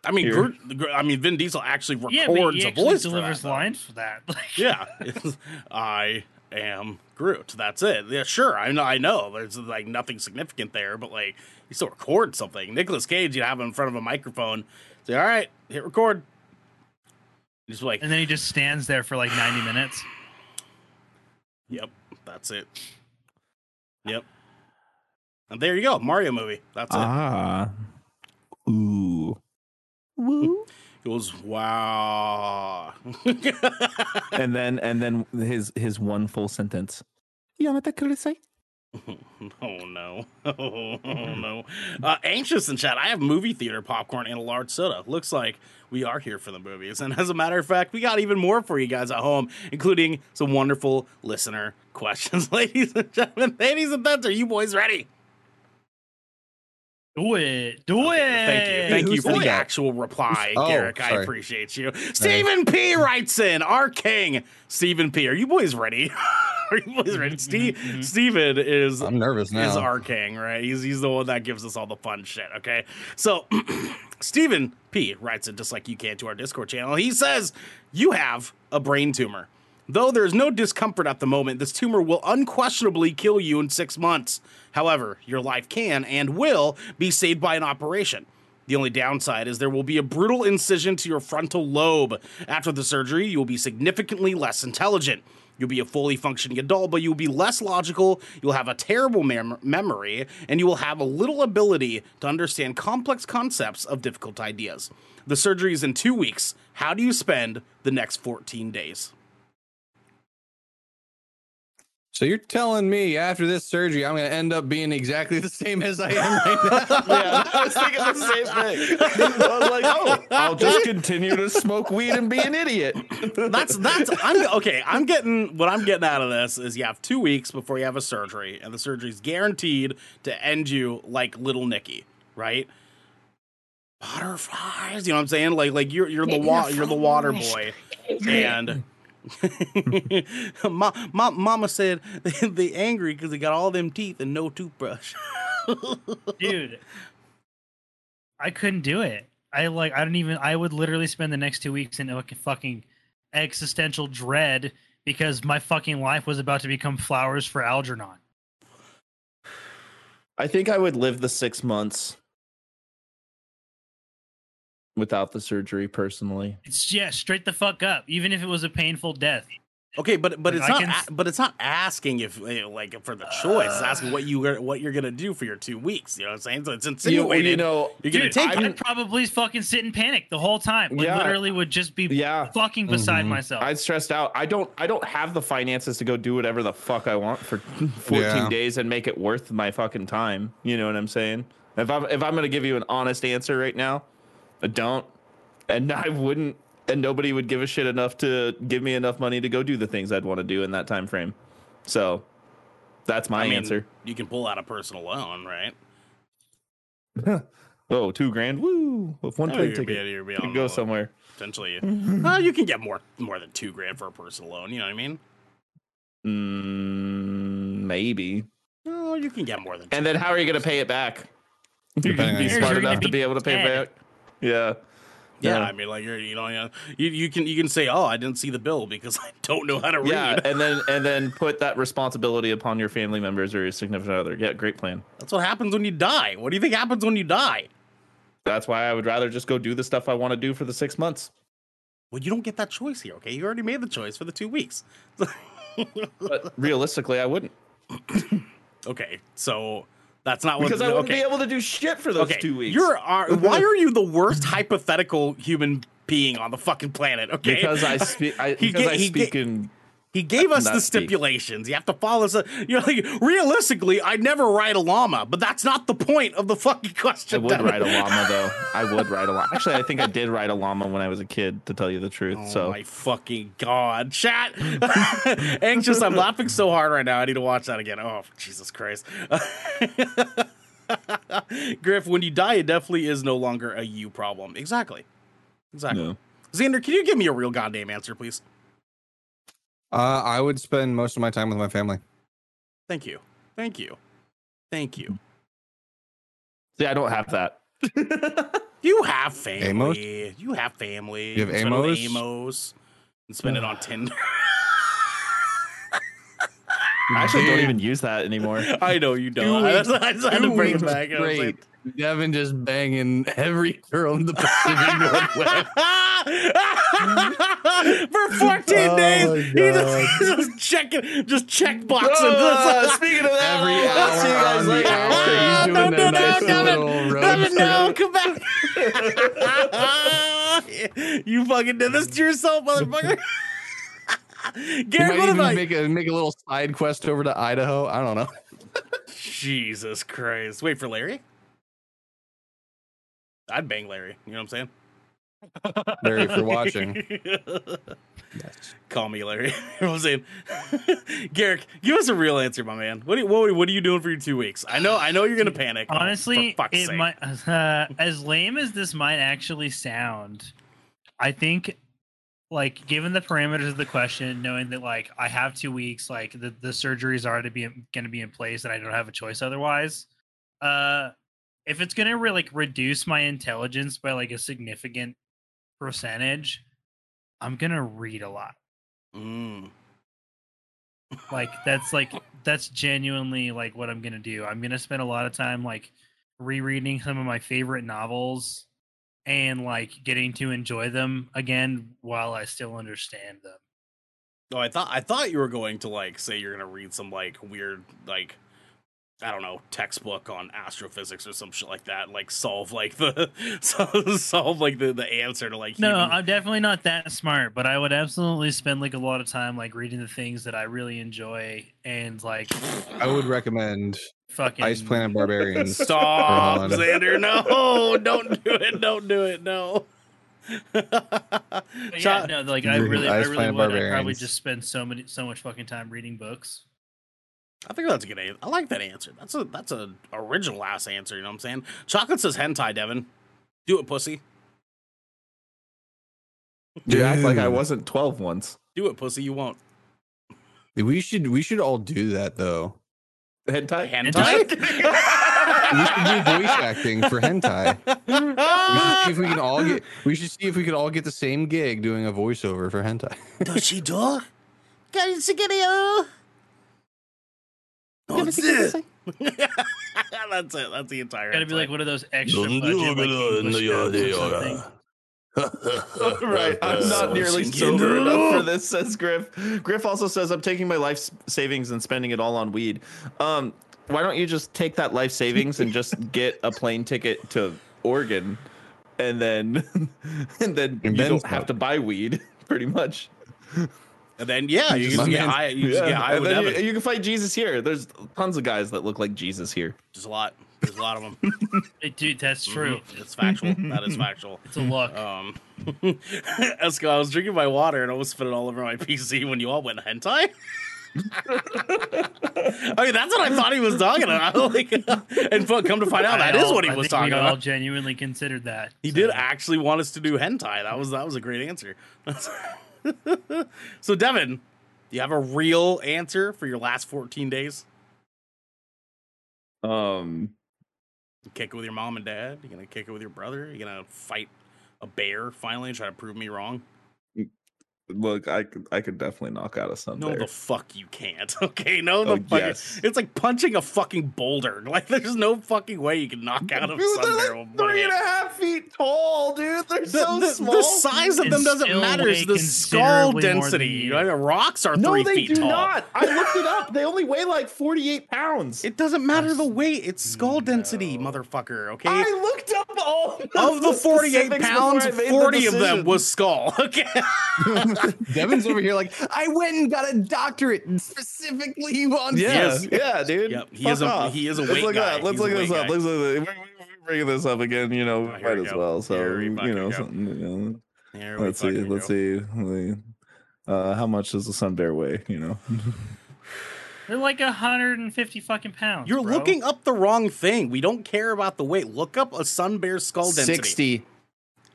I mean,
Here.
Groot, Groot- I mean, Vin Diesel actually records
yeah, but he
a
actually
voice
delivers
for that, though.
lines for that. Like,
Yeah, it's, I am Groot. That's it. Yeah, sure. I know. I know. There's like nothing significant there, but like he still records something. Nicolas Cage, you have him in front of a microphone. Say, all right, hit record. Just like,
And then he just stands there for like 90 minutes.
yep, that's it. Yep. And there you go, Mario movie. That's it.
Ah, ooh, woo.
It was wow.
and then and then his his one full sentence. Yamata kurusai.
oh no. Oh, no. Uh, anxious in chat. I have movie theater popcorn and a large soda. Looks like we are here for the movies. And as a matter of fact, we got even more for you guys at home, including some wonderful listener questions. ladies and gentlemen, ladies and gents, are you boys ready?
Do it. Do it.
Thank you. Thank
who
you for
said
the
that?
actual reply,
Oh,
Garrick. I
sorry.
appreciate you. Stephen P writes in, our king. Stephen P, are you boys ready? are you boys ready? Steve
Mhm.
Stephen is
I'm nervous now.
is our king, right? He's he's the one that gives us all the fun shit. Okay, so Stephen P writes it just like you can to our Discord channel. He says you have a brain tumor. Though there is no discomfort at the moment, this tumor will unquestionably kill you in six months. However, your life can and will be saved by an operation. The only downside is there will be a brutal incision to your frontal lobe. After the surgery, you will be significantly less intelligent. You'll be a fully functioning adult, but you'll be less logical, you'll have a terrible mem- memory, and you will have a little ability to understand complex concepts of difficult ideas. The surgery is in two weeks. How do you spend the next 14 days?
so you're telling me after this surgery, I'm going to end up being exactly the same as I am right now?
Yeah, I was thinking the same thing. I was like, oh, I'll just continue to smoke weed and be an idiot.
That's that's I'm okay. I'm getting what I'm getting out of this is you have two weeks before you have a surgery, and the surgery's guaranteed to end you like little Nicky, right? Butterflies, you know what I'm saying? Like like you're you're the wa- you're the water boy, and. Ma- ma- mama said they angry because they got all them teeth and no toothbrush.
dude i couldn't do it i like i don't even i would literally spend the next two weeks in a fucking existential dread because my fucking life was about to become flowers for algernon
I think I would live the six months without the surgery personally.
it's yeah straight the fuck up even if it was a painful death
Okay, but but
Like,
it's
I
not
can
a-
s-
but it's not asking if eh, like for the choice. It's asking what you were- what you're gonna do for your two weeks. You know what I'm saying? So it's insinuated. You,
know,
are gonna
Dude,
take
i'd
it.
probably fucking sit in panic the whole time like
Yeah.
literally would just be
yeah.
fucking beside
Mhm.
myself
I stressed out. I don't. I don't have the finances to go do whatever the fuck I want for 14
Yeah.
days and make it worth my fucking time. You know what I'm saying? If I'm if I'm gonna give you an honest answer right now, I don't, and I wouldn't, and nobody would give a shit enough to give me enough money to go do the things I'd want to do in that time frame. So, that's my
I mean,
answer.
You can pull out a personal loan, right?
Oh, two grand. Woo! With one
Oh,
plane
you'd be-
ticket,
you'd be
you
on
can go
the-
somewhere.
Potentially, Uh, you can get more more than two grand for a personal loan. You know what I mean?
Mm, maybe.
Oh, you can get more than. Two.
And then how are you going to pay it back? You're going
Depending
to
on
be
your
smart
You're gonna
enough to
be
be able to pay it
dead.
back. Yeah.
yeah,
uh,
I mean, like you're you know you, know, you you can you can say, oh, I didn't see the bill because I don't know how to
Yeah,
read.
and then and then put that responsibility upon your family members or your significant other. Yeah, great plan.
That's what happens when you die. What do you think happens when you die?
That's why I would rather just go do the stuff I want to do for the six months.
Well, you don't get that choice here. Okay, you already made the choice for the two weeks.
But realistically, I wouldn't
okay, so that's not what
because I
no,
wouldn't
okay.
be able to do shit for those two weeks.
You're are, why are you the worst hypothetical human being on the fucking planet? Okay,
because I speak. I,
He
because
ga-
I
he
speak
ga-
in
He gave us
Not
the
speak.
stipulations. You have to follow this. You're like, realistically, I'd never ride a llama, but that's not the point of the fucking
I
question.
would
damn it.
ride a llama though. I would ride a llama. Actually, I think I did ride a llama when I was a kid, to tell you the truth.
Oh
so
my fucking god, chat! Anxious. I'm laughing so hard right now. I need to watch that again. Oh Jesus Christ, Griff. When you die, it definitely is no longer a you problem. Exactly. Exactly.
No.
Xander, can you give me a real goddamn answer, please?
Uh, I would spend most of my time with my family.
Thank you. Thank you. Thank you.
see, I don't have that.
You have family. You have family.
You have
can spend it with
Amos?
Amos. And spend it on Tinder.
I actually don't even use that anymore.
I know you don't. I,
Dude.
just, I just had to bring it back. I was like,
Great. Devin just banging every girl in the Pacific Northwest.
For 14
Oh,
days, he
God.
just, he's just checking, just check boxes.
Uh, speaking of that,
Every
I'll see you
hour
guys
on
Ah, no, no, no,
the hour. he's doing a
later.
nice
Devin,
little road
Devin, no,
trip.
come back. you fucking did this to yourself, motherfucker.
He
Gary,
might
what
even
about
make a make a little side quest over to Idaho. I don't know.
Jesus Christ. Wait for Larry? I'd bang Larry. You know what I'm saying?
Barry, if you're watching,
Call me Larry. you know what I'm saying? Garrick, give us a real answer, my man. What are, you- what, what are you doing for your two weeks? I know I know you're gonna panic. Oh, for
Honestly,
fuck's
it
sake.
might. Uh, as lame as this might actually sound, I think, like, given the parameters of the question, knowing that like I have two weeks, like the the surgeries are to be going to be in place, and I don't have a choice otherwise. Uh, if it's going to re- like reduce my intelligence by like a significant percentage, I'm gonna read a lot.
Mm.
like that's like that's genuinely like what i'm gonna do i'm gonna spend a lot of time like rereading some of my favorite novels and like getting to enjoy them again while i still understand them
Oh, I thought I thought you were going to like say you're gonna read some like weird like I don't know textbook on astrophysics or some shit like that. Like solve like the so- solve like the, the answer to like
no
human-
i'm definitely not that smart but i would absolutely spend like a lot of time like reading the things that i really enjoy and like
I would recommend
fucking
Ice Planet Barbarians.
Stop,
Hold on.
Xander. No, don't do it. Don't do it. No.
But yeah,
Cha-
no like i
Reading
really i
Ice
really
Planet
would I'd probably
Barbarians.
just spend so many so much fucking time reading books
I think that's a good answer. I like that answer. That's a that's a original ass answer. You know what I'm saying? Chocolate says hentai, Devin. Do it, pussy.
You act like I
Dude.
wasn't 12 once.
Do it, pussy. You won't.
We should we should all do that though.
Hentai?
We should do voice acting for hentai. We should see if we can all get. We should see if we could all get the same gig doing a voiceover for hentai.
Does she do? Got it, Sigidio. That's it. That's it. That's the entire.
gotta be
hentai.
like one of those extra budget, like, English dubs or something.
right. I'm not nearly sober enough for this, says Griff. Griff also says, I'm taking my life s- savings and spending it all on weed. Um, why don't you just take that life savings and just get a plane ticket to Oregon and then and then you
And then
don't
smoke.
have to buy weed, pretty much.
And then yeah, you
Just
just
my
get
man's-
high. You just get high
and
with
then you,
Devin.
you can fight Jesus here. There's tons of guys that look like Jesus here.
There's a lot. There's a lot of them.
Hey, Dude, that's true.
Mhm. It's factual. that is factual.
It's a look.
Um, Esco, I was drinking my water and almost spit it all over my PC when you all went hentai. I mean, that's what I thought he was talking about. Like, and fuck, come to find out, that
I
is
all-
what he
I
was
think we
talking
all
about.
genuinely considered that.
He
so.
did actually want us to do hentai. That was that was a great answer. so, Devin, do you have a real answer for your last 14 days?
Um,
You kick it with your mom and dad? You gonna kick it with your brother? You gonna fight a bear finally and try to prove me wrong?
look, I could I could definitely knock out a sun
No,
bear.
the fuck you can't. Okay, no, the
Oh,
fuck.
yes.
It's like punching a fucking boulder. Like, there's no fucking way you can knock out a sun bear with one
three and a
hand.
half feet tall, dude. They're
The,
so
the-
small.
the size of
And
them doesn't
still
matter. It's
weigh
the skull
considerably more than
density.
you.
You know, the rocks are
no,
three
they
feet
do
tall.
not. I looked it up. They only weigh like forty-eight pounds.
It doesn't matter the weight. It's skull density,
No.
motherfucker. Okay.
I looked up all
of the 48
specifics
pounds,
before I made the
40 of them
decision.
was skull. Okay.
Devin's over here like, I went and got a doctorate specifically on
Yeah,
Yes.
yeah, dude.
Yep, he
Fuck
is a-
off.
he is a
Let's
weight
look
guy.
Up. Let's
He's a
look this
weight
up.
guy.
Let's look. We're, we're bringing this up again. You know,
Oh, here
might
we
as
go.
well. So
Here we
you
fucking
know,
go.
something, you know.
There we
let's see,
fucking
let's
go.
see, let's see. Uh, how much does the sun bear weigh? You know,
They're like 150 fucking pounds.
You're
bro.
looking up the wrong thing. We don't care about the weight. Look up a sun bear's skull density.
60.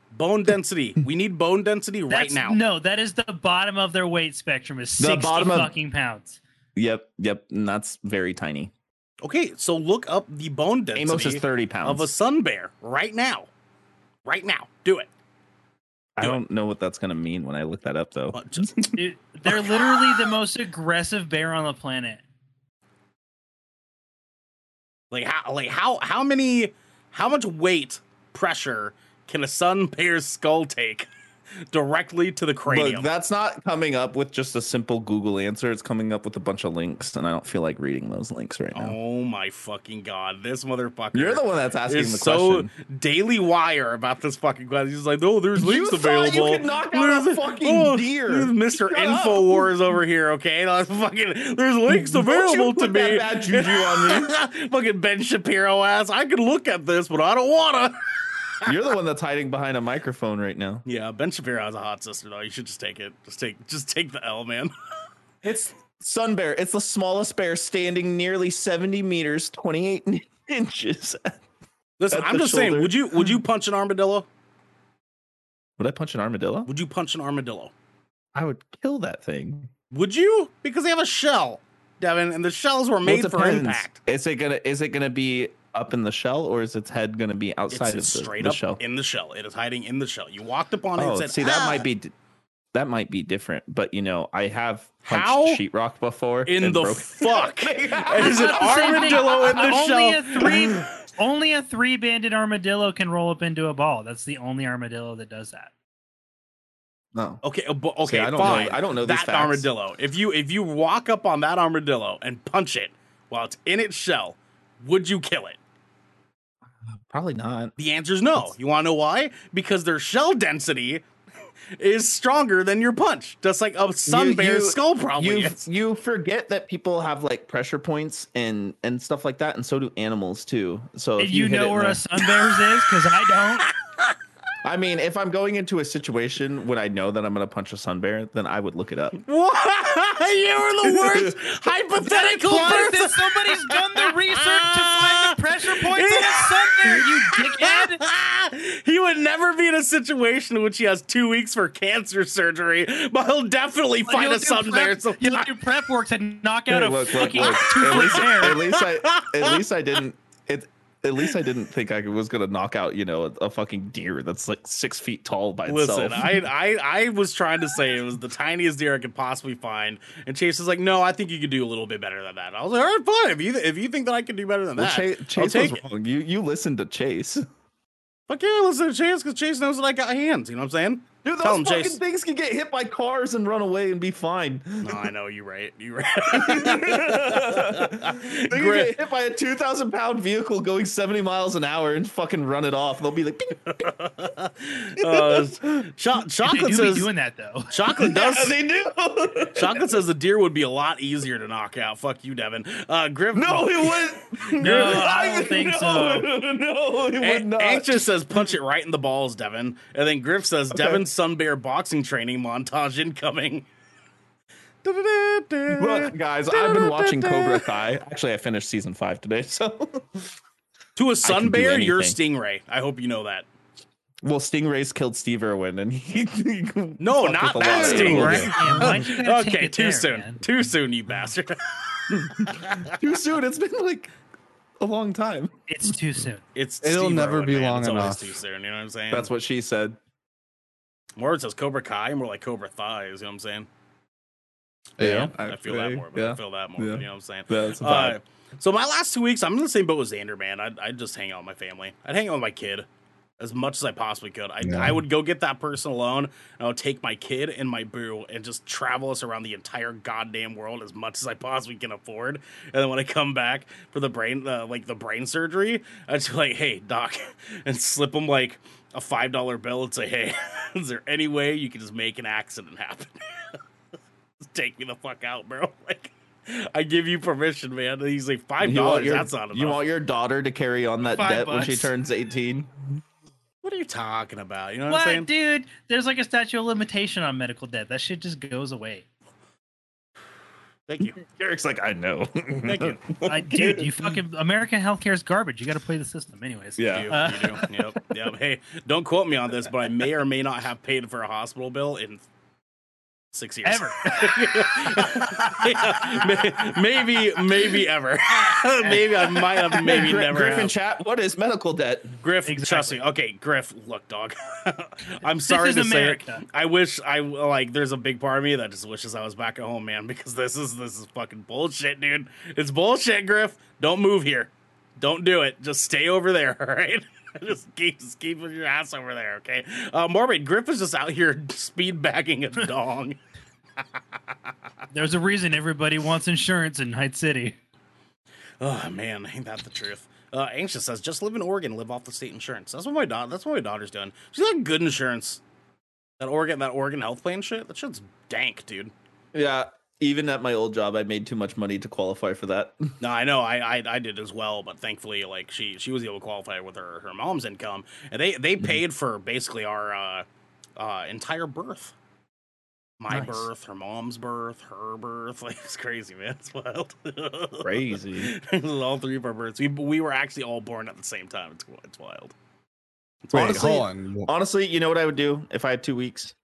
Bone density. We need bone density right
That's-
now.
No, that is the bottom of their weight spectrum. Is
The
60
bottom of-
fucking pounds.
Yep, yep. And that's very tiny.
Okay, so look up the bone
Amos is
density
30
of
pounds.
a sun bear right now. Right now. Do it.
I
do it.
don't know what that's going to mean when I look that up, though.
Uh, just-
Dude, they're literally the most aggressive bear on the planet.
like how like how how many how much weight pressure can a sun bear's skull take directly to the cranium?
Look, that's not coming up with just a simple Google answer. It's coming up with a bunch of links, and I don't feel like reading those links right now.
oh my fucking god. This motherfucker.
You're the one that's asking
is
the
so
question.
Daily Wire about this fucking question. He's like, oh, there's links
thought you
available.
could knock out a
There's- oh,
fucking deer.
there's Mr.
Shut up.
Infowars over here, okay? That's fucking, there's links available
put
to
that
me.
bad juju on
fucking Ben Shapiro ass. I could look at this, but I don't wanna.
You're the one that's hiding behind a microphone right now.
Yeah, Ben Shapiro has a hot sister though. You should just take it. Just take, just take the L, man.
It's sun bear. It's the smallest bear standing nearly 70 meters, 28 inches.
Listen,
That's
I'm
the
just saying.
shoulder.
Would you, would you punch an armadillo?
Would I punch an armadillo?
Would you punch an armadillo?
I would kill that thing.
Would you? Because they have a shell, Devin, and the shells were
Well,
made
it
for
depends.
impact.
Is it gonna is it gonna be up in the shell or is its head gonna be outside
it's
of the,
straight
the
up
shell?
in the shell. It is hiding in the shell. You walked upon it
oh,
and said,
see that
"Ah!"
might be d- that might be different, but you know I have punched
How
sheetrock before
in
and
the
broke-
fuck. There's an
Not the same thing.
armadillo in the
only
shell.
A three, only a three-banded armadillo can roll up into a ball. That's the only armadillo that does that.
no.
Okay, uh, bu- okay,
See, I don't
fine.
know. I don't know these
that
facts.
armadillo. If you if you walk up on that armadillo and punch it while it's in its shell, would you kill it?
Probably not.
The answer is no. You want to know why? Because their shell density is stronger than your punch, just like a sun
You-
bear's
you-
skull probably
you
is.
you forget that people have like pressure points and and stuff like that, and so do animals too. So
And
if
you,
you, hit
know
it
where
in
a sun bears is because I don't.
I mean, if I'm going into a situation when I know that I'm gonna punch a sun bear, then I would look it up.
What? You're the worst hypothetical
Why
person.
that somebody's done the research to find the pressure points on a sun bear, you dickhead.
he would never be in a situation in which he has two weeks for cancer surgery, but he'll definitely find
You'll
a
do
sun
prep-
bear. So
You'll do prep work to knock out a
Look, look,
fucking
look. At
two-foot
least,
bear.
at least I, at least I didn't. It, at least I didn't think I was gonna knock out, you know, a, a fucking deer that's like six feet tall by
Listen,
itself.
I, I I was trying to say it was the tiniest deer I could possibly find, and Chase is like, "No, I think you could do a little bit better than that." I was like, "All right, fine. If you if you think that I can do better than
Well,
that,
Cha-
I'll
Chase
take
was
it."
wrong. You you listened to Chase. Dude,
Fuck yeah, listen to Chase because Chase knows that I got hands. You know what I'm saying?
those
Tell him,
fucking
Chase.
things can get hit by cars and run away and be fine.
No, I know you're right. You're
they
right.
can
Great.
get hit by a two thousand pound vehicle going seventy miles an hour and fucking run it off. They'll be like,
Uh, cho-
They do
chocolate
be
says
doing that though.
chocolate
"Yeah,
does.
they do.
Chocolate says the deer would be a lot easier to knock out. Fuck you, Devin. Uh, Griff.
No, it would.
No, I don't think
no,
so.
No, it
A-
would not.
Anxious says punch it right in the balls, Devin. And then Griff says Devin Sun Bear boxing training montage incoming.
Look, guys, I've been watching Cobra Kai. Actually, I finished season five today. So,
To a sun
can do
bear, you're
anything.
Stingray. I hope you know that.
well, Stingrays killed Steve Irwin, and he,
No,
he fucked
not
with a
that
lot of
Stingray.
Man,
animals.
why'd you gotta take
Okay,
it
too
there,
soon.
man?
Too soon, you bastard.
Too soon. It's been like a long time.
It's too soon.
It's
It'll
Steve
never
Irwin,
be
man.
long
it's always
enough.
Too soon, you know what I'm saying?
That's what she said.
Word says Cobra Kai, more like Cobra Thighs. You know what I'm saying?
Yeah.
I feel that more. But I
Yeah,
feel that more.
yeah.
You know what I'm saying?
that's a vibe.
Uh, so my last two weeks, I'm in the same boat as Xander, man. I'd, I'd just hang out with my family. I'd hang out with my kid as much as I possibly could. I,
Yeah.
I would go get that person alone, and I would take my kid and my boo and just travel us around the entire goddamn world as much as I possibly can afford. And then when I come back for the brain, uh, like the brain surgery, I'd just be like, "Hey, doc," and slip him like a five dollar bill and say, "Hey." Is there any way you can just make an accident happen? just take me the fuck out, bro. Like, I give you permission, man. And he's like five
You want
dollars.
your-
That's not enough.
You want your daughter to carry on that
Five
debt when she
bucks.
turns 18?
what are you talking about? You know what, I'm saying?
What, dude? There's like a statute of limitation on medical debt. That shit just goes away.
Thank you.
Eric's like, I know.
Thank you.
I, dude, you fucking American healthcare is garbage. You got to play the system, anyways.
Yeah.
You,
Uh,
you do. Yep. Yep. Hey, don't quote me on this, but I may or may not have paid for a hospital bill in six years.
Ever.
Yeah, may- maybe, maybe ever. maybe I might have, maybe
Gri-
never.
Griffin
have.
chat, what is medical debt?
Griff,
Exactly.
trust me. Okay, Griff, look, dog. I'm sorry
is
to say
America.
it. I wish I like. There's a big part of me that just wishes I was back at home, man, because this is this is fucking bullshit, dude. It's bullshit, Griff. Don't move here. Don't do it. Just stay over there. All right. Just keep just keep your ass over there, okay? Uh, Morbid Griff is just out here speed bagging a dong.
There's a reason everybody wants insurance in Night City.
Oh man, ain't that the truth? Uh, Anxious says, just live in Oregon, live off the state insurance. That's what my daughter. That's what my daughter's doing. She's got good insurance. That Oregon, that Oregon health plan shit. That shit's dank, dude.
Yeah. Even at my old job, I made too much money to qualify for that.
No, I know, I, I I did as well, but thankfully, like she she was able to qualify with her her mom's income, and they they paid for basically our uh, uh, entire birth. My
Nice.
birth, her mom's birth, her birth. Like it's crazy, man. It's wild.
Crazy.
all three of our births. We, we were actually all born at the same time. It's it's wild.
Wait,
Honestly-
hold on.
Honestly, you know what I would do if I had two weeks?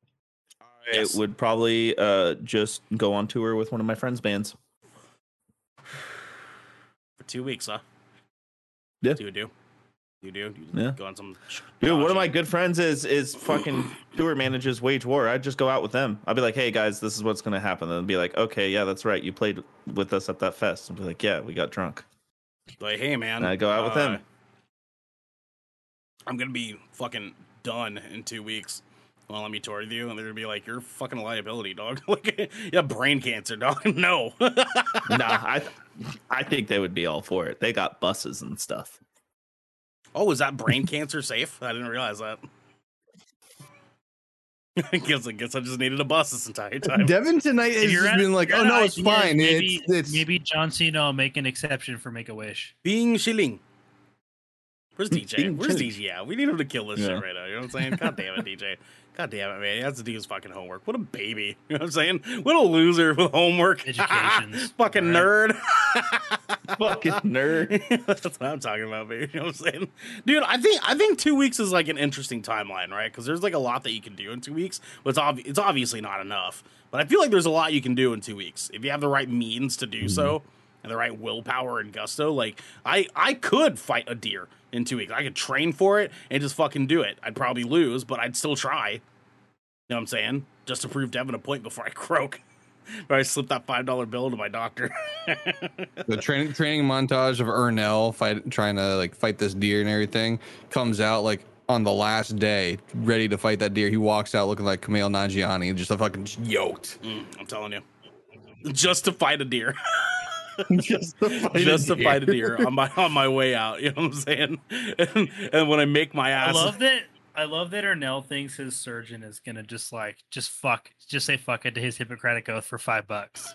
It would probably uh, just go on tour with one of my friends' bands.
for two weeks, huh?
Yeah.
Do you do? You do? You
Yeah.
Go on some.
Dude, one of my good friends is is fucking tour managers Wage War. I'd just go out with them. I'd be like, hey guys, this is what's gonna happen. And they'd be like, okay, yeah, that's right. You played with us at that fest. And be like, yeah, we got drunk.
Like, hey man,
And I'd go out with
uh,
them.
I'm gonna be fucking done in two weeks. Well, let me tour with you, and they're gonna be like, "You're fucking a liability, dog. like, yeah, brain cancer, dog. No,
nah, I th- I think they would be all for it. They got buses and stuff.
Oh, is that brain cancer safe? I didn't realize that. I guess I guess I just needed a bus this entire time.
Devin tonight has
If you're
just
at-
been like,
if you're
oh
at
no,
an
it's
idea,
fine.
Maybe,
it's it's
maybe John Cena will make an exception for Make a Wish.
Bing shilling. Where's DJ?
Bing
Where's
shilling.
DJ at? We need him to kill this
Yeah.
shit right now. You know what I'm saying? God damn it, DJ. God damn it, man. He has to do his fucking homework. What a baby. You know what I'm saying? What a loser with homework.
Educations.
fucking
All
nerd.
Fucking nerd.
That's what I'm talking about, baby. You know what I'm saying, dude? I think I think two weeks is like an interesting timeline, right? Because there's like a lot that you can do in two weeks, but it's obvi- it's obviously not enough. But I feel like there's a lot you can do in two weeks if you have the right means to do so and the right willpower and gusto. Like I I could fight a deer in two weeks. I could train for it and just fucking do it. I'd probably lose, but I'd still try. You know what I'm saying? Just to prove Devin a point before I croak. Or I slip that five dollar bill to my doctor.
the training training montage of Ernell fight trying to like fight this deer and everything comes out like on the last day, ready to fight that deer. He walks out looking like Kamel Nanjiani, just a fucking yoked.
Mm, I'm telling you. Just to fight a deer.
just to fight
just to fight a deer on my on my way out. You know what I'm saying? And, and when I make my
I
ass,
love that. I love that Ernell thinks his surgeon is gonna just like just fuck, just say fuck it to his Hippocratic oath for five bucks.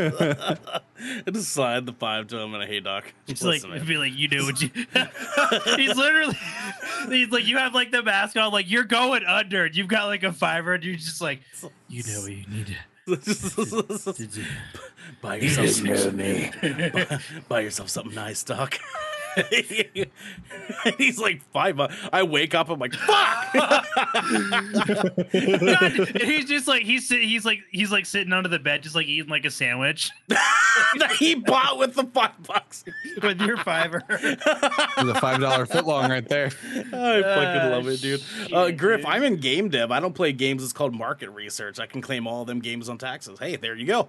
I just slide the five to him, and I hey doc.
He's like,
listen, man.
be like, you do what you. he's literally, he's like, you have like the mask on, like you're going under. and You've got like a fiver, and you're just like, you know what you need to do.
buy yourself some buy, buy yourself something nice, doc. And he's like five. bu-" I wake up. I'm like, fuck.
God, and he's just like he's sit- he's like he's like sitting under the bed, just like eating like a sandwich
That he bought with the five bucks.
with your fiver.
There's a five dollar footlong right there.
I
Ah,
fucking love it, dude. uh,
shit,
Griff,
dude.
I'm in game dev. I don't play games. It's called market research. I can claim all them games on taxes. Hey, there you go.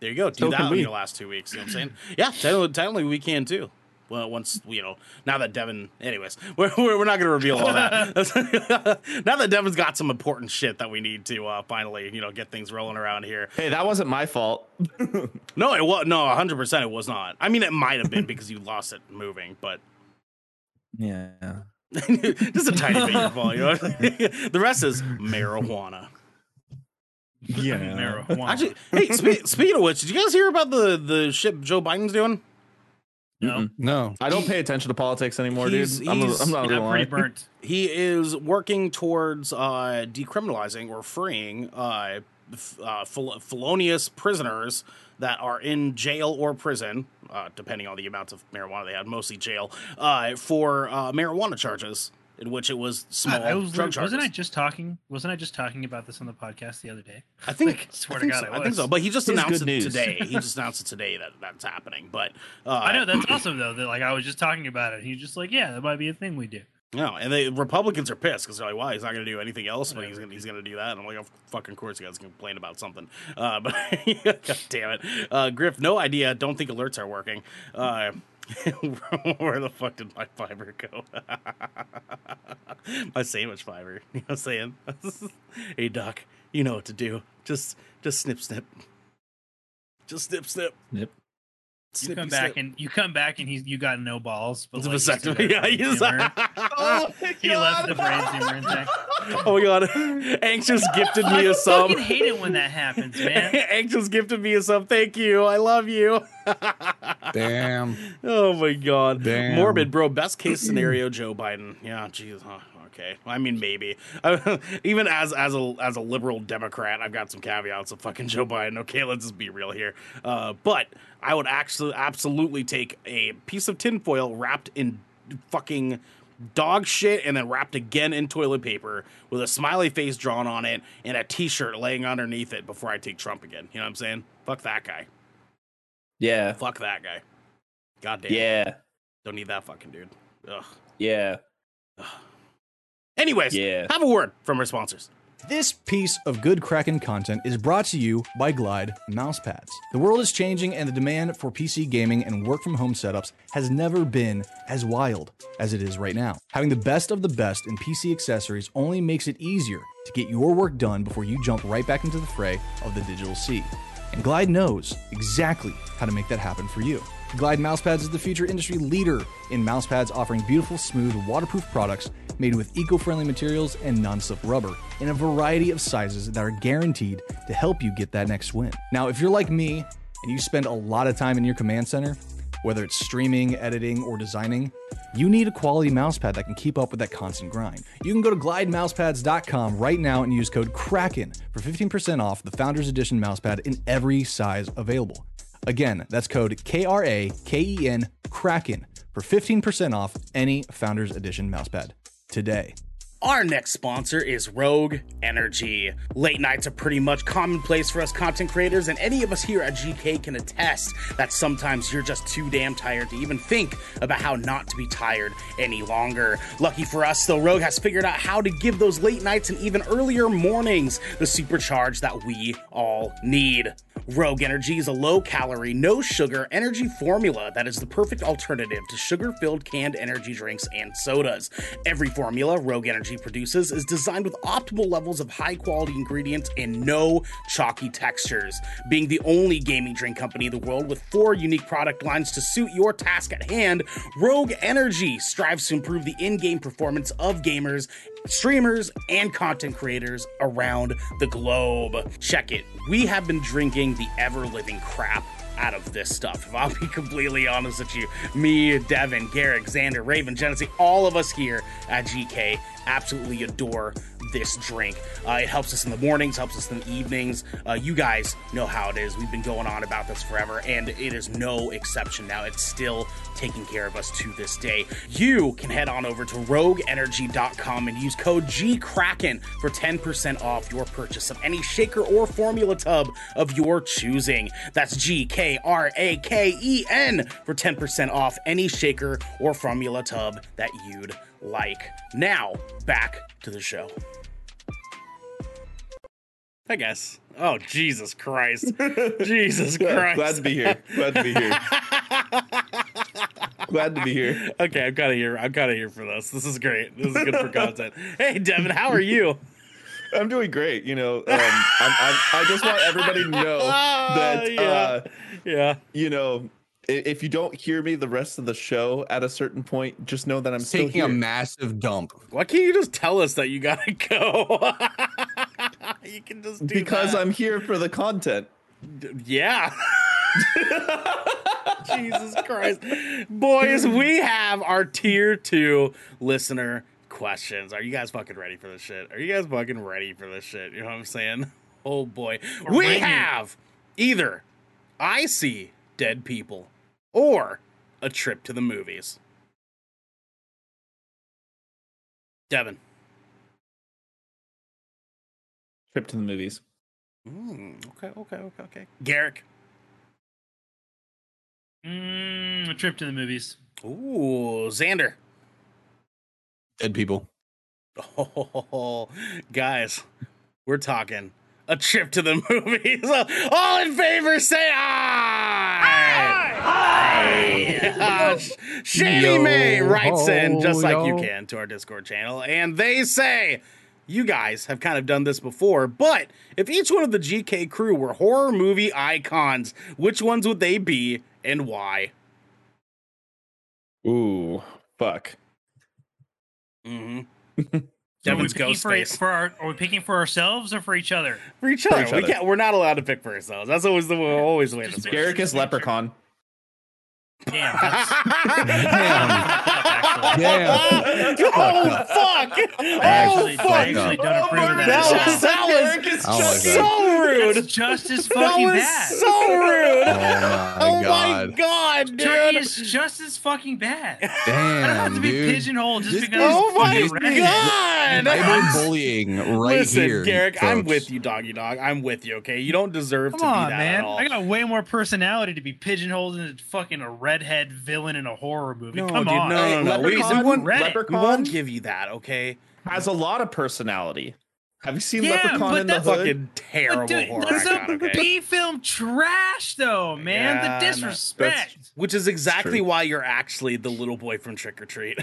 There you go. Do
So
that
can
in
we.
your last two weeks. You know what I'm saying? yeah, technically, technically we can too. Well, once you know, now that Devin, anyways, we're, we're, we're not going to reveal all that. now that Devin's got some important shit that we need to uh, finally, you know, get things rolling around here.
Hey, that wasn't my fault.
No, it was no, 100. percent It was not. I mean, it might have been because you lost it moving, but
Yeah.
Just a tiny bit of volume. the rest is marijuana.
Yeah.
Marijuana.
Actually, hey, spe- speaking of which, did you guys hear about the the shit Joe Biden's doing?
no,
No.
I don't pay attention to politics anymore, dude.
He's-
I'm,
he's-
I'm not
I'm
gonna lie.
pretty burnt.
He is working towards uh, decriminalizing or freeing uh, f- uh, fel- felonious prisoners that are in jail or prison, uh, depending on the amounts of marijuana they had, mostly jail, uh, for uh, marijuana charges, in which it was small
I was,
drug
literally-
charges.
wasn't I just talking? Wasn't I just talking about this on the podcast the other day?
I think.
Like,
I
swear to
think,
God,
so.
I
I think
was.
so. But he just
It's
announced
good
it
news.
today. He just announced it today that that's happening. But uh,
I know that's awesome though. That like I was just talking about it. He's just like, yeah, that might be a thing we do.
No, and the Republicans are pissed because they're like, "Why he's not going to do anything else, but he's going he's going to do that." And I'm like, "Of fucking course, you guys complain about something." Uh, but God damn it, uh, Griff, no idea. Don't think alerts are working. Uh, where the fuck did my fiber go? my sandwich fiber. You know what I'm saying? hey, Doc, you know what to do. Just just snip, snip. Just snip, snip.
Snip.
You
Snippy
come back
snip.
and you come back and he's you got no balls. But
It's a
like, you still
vasectomy. Yeah,
got a brain tumor.
he's-
he left the brain tumor intact.
Oh my god. Anxious gifted me a
I
sub.
fucking hate it when that happens, man.
Anxious gifted me a sub. Thank you. I love you.
Damn.
oh my god.
Damn.
Morbid, bro. Best case scenario, Joe Biden. Yeah, jeez. Huh. Okay. I mean, maybe. Even as as a as a liberal Democrat, I've got some caveats of fucking Joe Biden. Okay, let's just be real here. Uh, but I would actually absolutely take a piece of tinfoil wrapped in fucking dog shit and then wrapped again in toilet paper with a smiley face drawn on it and a t-shirt laying underneath it before I take Trump again. You know what I'm saying? Fuck that guy.
Yeah.
Fuck that guy. God damn.
Yeah.
Don't need that fucking dude. Ugh.
Yeah.
Anyways,
Yeah.
have a word from our sponsors.
This piece of good Kraken content is brought to you by Glide mousepads. The world is changing, and the demand for PC gaming and work from home setups has never been as wild as it is right now. Having the best of the best in PC accessories only makes it easier to get your work done before you jump right back into the fray of the digital sea. And Glide knows exactly how to make that happen for you. Glide Mousepads is the future industry leader in mousepads, offering beautiful, smooth, waterproof products made with eco friendly materials and non slip rubber in a variety of sizes that are guaranteed to help you get that next win. Now, if you're like me and you spend a lot of time in your command center, whether it's streaming, editing, or designing, you need a quality mousepad that can keep up with that constant grind. You can go to glidemousepads.com right now and use code KRAKEN for 15% off the Founders Edition mousepad in every size available. Again, that's code K R A K E N KRAKEN for 15% off any Founders Edition mousepad today.
Our next sponsor is Rogue Energy. Late nights are pretty much commonplace for us content creators, and any of us here at GK can attest that sometimes you're just too damn tired to even think about how not to be tired any longer. Lucky for us, though, Rogue has figured out how to give those late nights and even earlier mornings the supercharge that we all need. Rogue Energy is a low calorie, no sugar energy formula that is the perfect alternative to sugar filled canned energy drinks and sodas. Every formula Rogue Energy produces is designed with optimal levels of high quality ingredients and no chalky textures. Being the only gaming drink company in the world with four unique product lines to suit your task at hand, Rogue Energy strives to improve the in game performance of gamers, streamers, and content creators around the globe. Check it. We have been drinking the ever living crap out of this stuff. If I'll be completely honest with you, me, Devin, Garrick, Xander, Raven, Genesee, all of us here at GK absolutely adore this drink. Uh, it helps us in the mornings, helps us in the evenings. Uh, you guys know how it is. We've been going on about this forever, and it is no exception now. It's still taking care of us to this day. You can head on over to rogueenergy.com and use code GKRAKEN for 10% off your purchase of any shaker or formula tub of your choosing. That's G K R A K E N for 10% off any shaker or formula tub that you'd like. Now, back to the show. I guess. Oh, Jesus Christ. Jesus Christ.
Glad to be here. Glad to be here. Glad to be here.
Okay, I'm kind of here. I'm kind of here for this. This is great. This is good for content. Hey, Devin, how are you?
I'm doing great. You know, um, I'm, I'm, I just want everybody to know
Ah,
that,
Yeah.
uh,
Yeah.
you know, i- if you don't hear me the rest of the show at a certain point, just know that I'm still
taking
here.
a massive dump.
Why can't you just tell us that you gotta go? you can just do
because
that.
I'm here for the content.
Yeah. Jesus Christ. Boys, we have our tier two listener questions. Are you guys fucking ready for this shit? Are you guys fucking ready for this shit? You know what I'm saying? Oh boy. we
ready.
have either I see dead people or a trip to the movies. Devin.
Trip to the movies.
Mm, okay, okay, okay, okay. Garrick.
Mm, a trip to the movies.
Ooh, Xander.
Dead people.
Oh, guys, we're talking a trip to the movies. All in favor, say aye. Aye. Uh, Sh- Shady
Yo
May writes in just like you
ho, yo.
can to our Discord channel, and they say. You guys have kind of done this before, but if each one of the GK crew were horror movie icons, which ones would they be and why?
Ooh, fuck.
Mm-hmm.
So are we
Devin's
picking
ghost
for,
face.
for our, are we picking for ourselves or for each other?
for each other.
each
we
other.
can't. We're not allowed to pick for ourselves. That's always the we're always the way.
Just
This works.
Garrick is leprechaun.
Damn. that's-
Damn. Oh fuck! Oh
actually- I
fuck!
actually don't approve of
That was
that.
that
Garrick is
Oh my
was
God.
just
so
That's
rude.
just as
That
fucking bad.
was so
Oh
rude.
my
Oh
god.
my god,
Turkey
dude!
is just as fucking bad.
Damn,
I don't have to be
dude.
pigeonholed just
This
because.
Oh my
you're redneck.
god!
Cyber bullying right
Listen,
here.
Garrick, I'm
folks.
with you, doggy dog. I'm with you. Okay, you don't deserve to
Come
be
on,
that
man.
at all.
I got way more personality to be pigeonholed into fucking a redhead villain in a horror movie.
No,
Come
dude,
on.
no, no, no. We, we,
Leprechaun,
won't,
Reddit.
we
Leprechaun
won't give you that. Okay,
has a lot of personality. Have you seen
Yeah,
Leprechaun
but
in the
that's-
Hood?
fucking terrible
But dude,
horror.
that's
icon,
a
okay?
B film trash, though, man.
Yeah, no,
the disrespect.
Which is exactly
true.
why you're actually the little boy from Trick or Treat.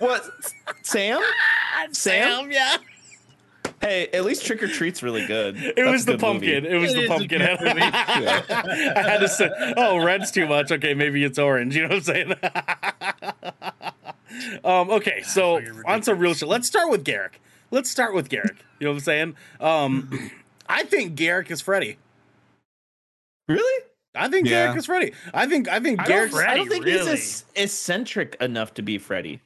What? Sam? Sam?
yeah.
Hey, at least Trick or Treat's really good.
It
That's
was the
a good movie.
pumpkin. It was
It
the
is a
pumpkin.
good movie.
I had to say, oh, red's too much. Okay, maybe it's orange. You know what I'm saying? um, okay, so
Fucking
on some real shit. Let's start with Garrick. Let's start with Garrick. You know what I'm saying? Um, I think Garrick is Freddy.
Really?
I think
Yeah.
Garrick is Freddy. I think I think
I
Garrick's
don't, I
Freddy,
don't think he's
really.
as eccentric enough to be Freddy.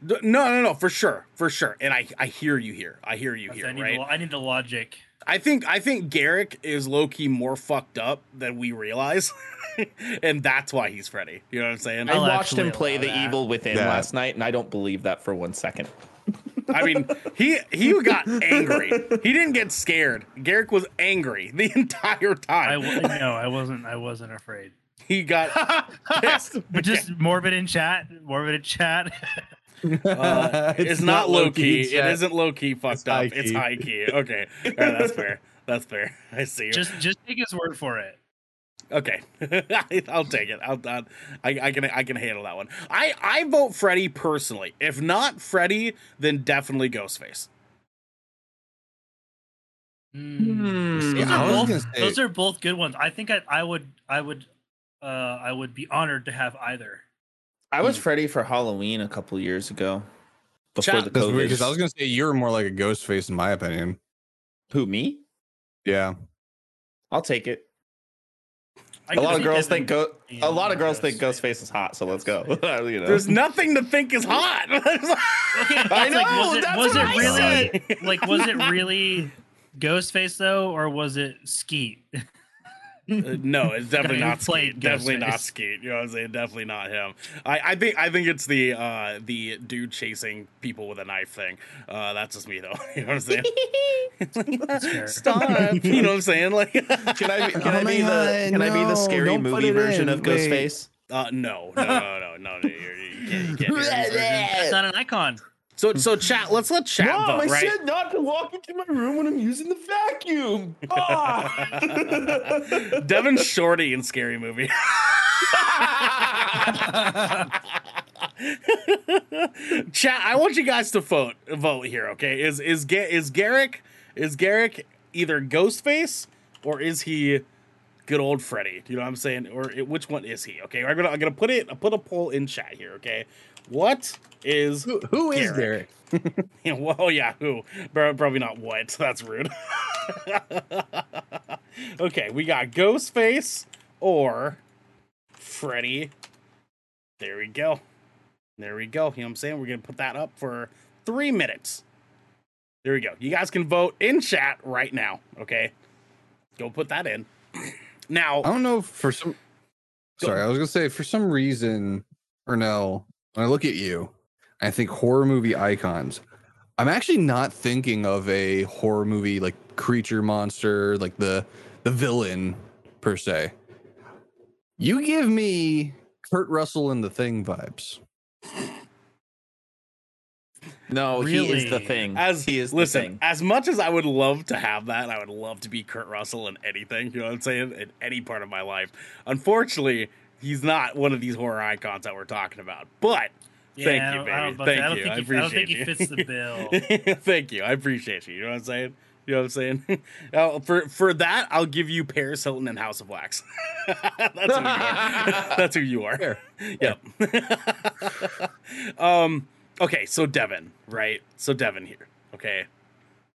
No, no, no, for sure, for sure. And I, I hear you here. I hear you here,
I, need
right?
the, I need the logic.
I think, I think Garrick is low key more fucked up than we realize, and that's why he's Freddy. You know what I'm saying?
I
I,
I'll
watched
actually
him play
allow
The
that.
Evil Within
Yeah.
last night, and I don't believe that for one second.
mean, he he got angry. He didn't get scared. Garrick was angry the entire
I
time.
w- no, I wasn't. I wasn't afraid.
he got pissed.
But just morbid in chat. Morbid in chat.
Uh, it's, not, low key. It
chat.
isn't low key. Fucked
high
up. It's
key.
high key. Okay, All right, that's fair. That's fair. I see. you.
just, just take his word for it.
Okay, I'll take it. I'll, I'll I, I can I can handle that one. I I vote Freddy personally. If not Freddy, then definitely Ghostface.
Mm.
Hmm.
Those,
Yeah, I
are
was
both,
gonna say-
those are both good ones. I think I, I would I would uh I would be honored to have either.
I was Freddy for Halloween a couple years ago. Before
Chat-
the
That's weird
COVID.
because I was gonna say you're more like a ghost face in my opinion.
Who me?
Yeah.
I'll take it.
I
A
could
lot of
see
girls
Devin
think go-
being
a lot of girls think
Ghostface.
Ghostface is hot, so let's go. You know.
There's nothing to think is hot.
Okay, it's
I
like,
know,
was it,
that's
was
what
it
I
really
said.
like was it really Ghostface though, or was it Skeet?
Uh, no, it's definitely
who
not
played
Skeet. Definitely not
Ghostface.
Skeet. You know what I'm saying? Definitely not him. I, I think I think it's the uh the dude chasing people with a knife thing. Uh that's just me though. You know what I'm saying?
fair.
Stop. You know what I'm saying? Like
Can I be, can
Oh
I
my
be the
God,
can I be the
no,
scary
don't put
movie
it
version
in,
of
wait.
Ghostface?
Uh, no, no, no, no, no, no. You're, you can't, you can't do that version.
That's not an icon.
So, so chat. Let's let chat vote, right?
not to walk into my room when I'm using the vacuum. Ah!
Devin Shorty in Scary Movie. chat. I want you guys to vote. Vote here, okay? Is is Ga- is Garrick is Garrick either Ghostface or is he good old Freddy. You know what I'm saying? Or it, which one is he? Okay, I'm gonna I'm gonna put it. I put a poll in chat here. Okay, what is
Who, who is
Derek.
Derek?
yeah, well, yeah, who? Pro- Probably not what. That's rude. okay, we got Ghostface or Freddy. There we go. There we go. You know what I'm saying? We're going to put that up for three minutes. There we go. You guys can vote in chat right now. Okay. Go put that in. now,
I don't know if for some. Sorry, I was gonna say for some reason, Ernell, when I look at you, I think horror movie icons. I'm actually not thinking of a horror movie like creature monster, like the the villain per se. You give me Kurt Russell and the Thing vibes.
No, he is the
Really?
thing.
as
he is the
listen,
thing.
as much as I would love to have that, I would love to be Kurt Russell in anything. You know what I'm saying? In any part of my life. Unfortunately, he's not one of these horror icons that we're talking about. But thank
I
you,
don't-
baby.
I don't, know about that.
thank
I don't
you.
think
I
he-
appreciate
I don't think
you.
he fits the bill.
Thank you. I appreciate you. You know what I'm saying? You know what I'm saying? Now, for for that, I'll give you Paris Hilton and House of Wax. That's who you are. That's who you are. Yep. um. Okay. So Devin, right? So Devin here. Okay.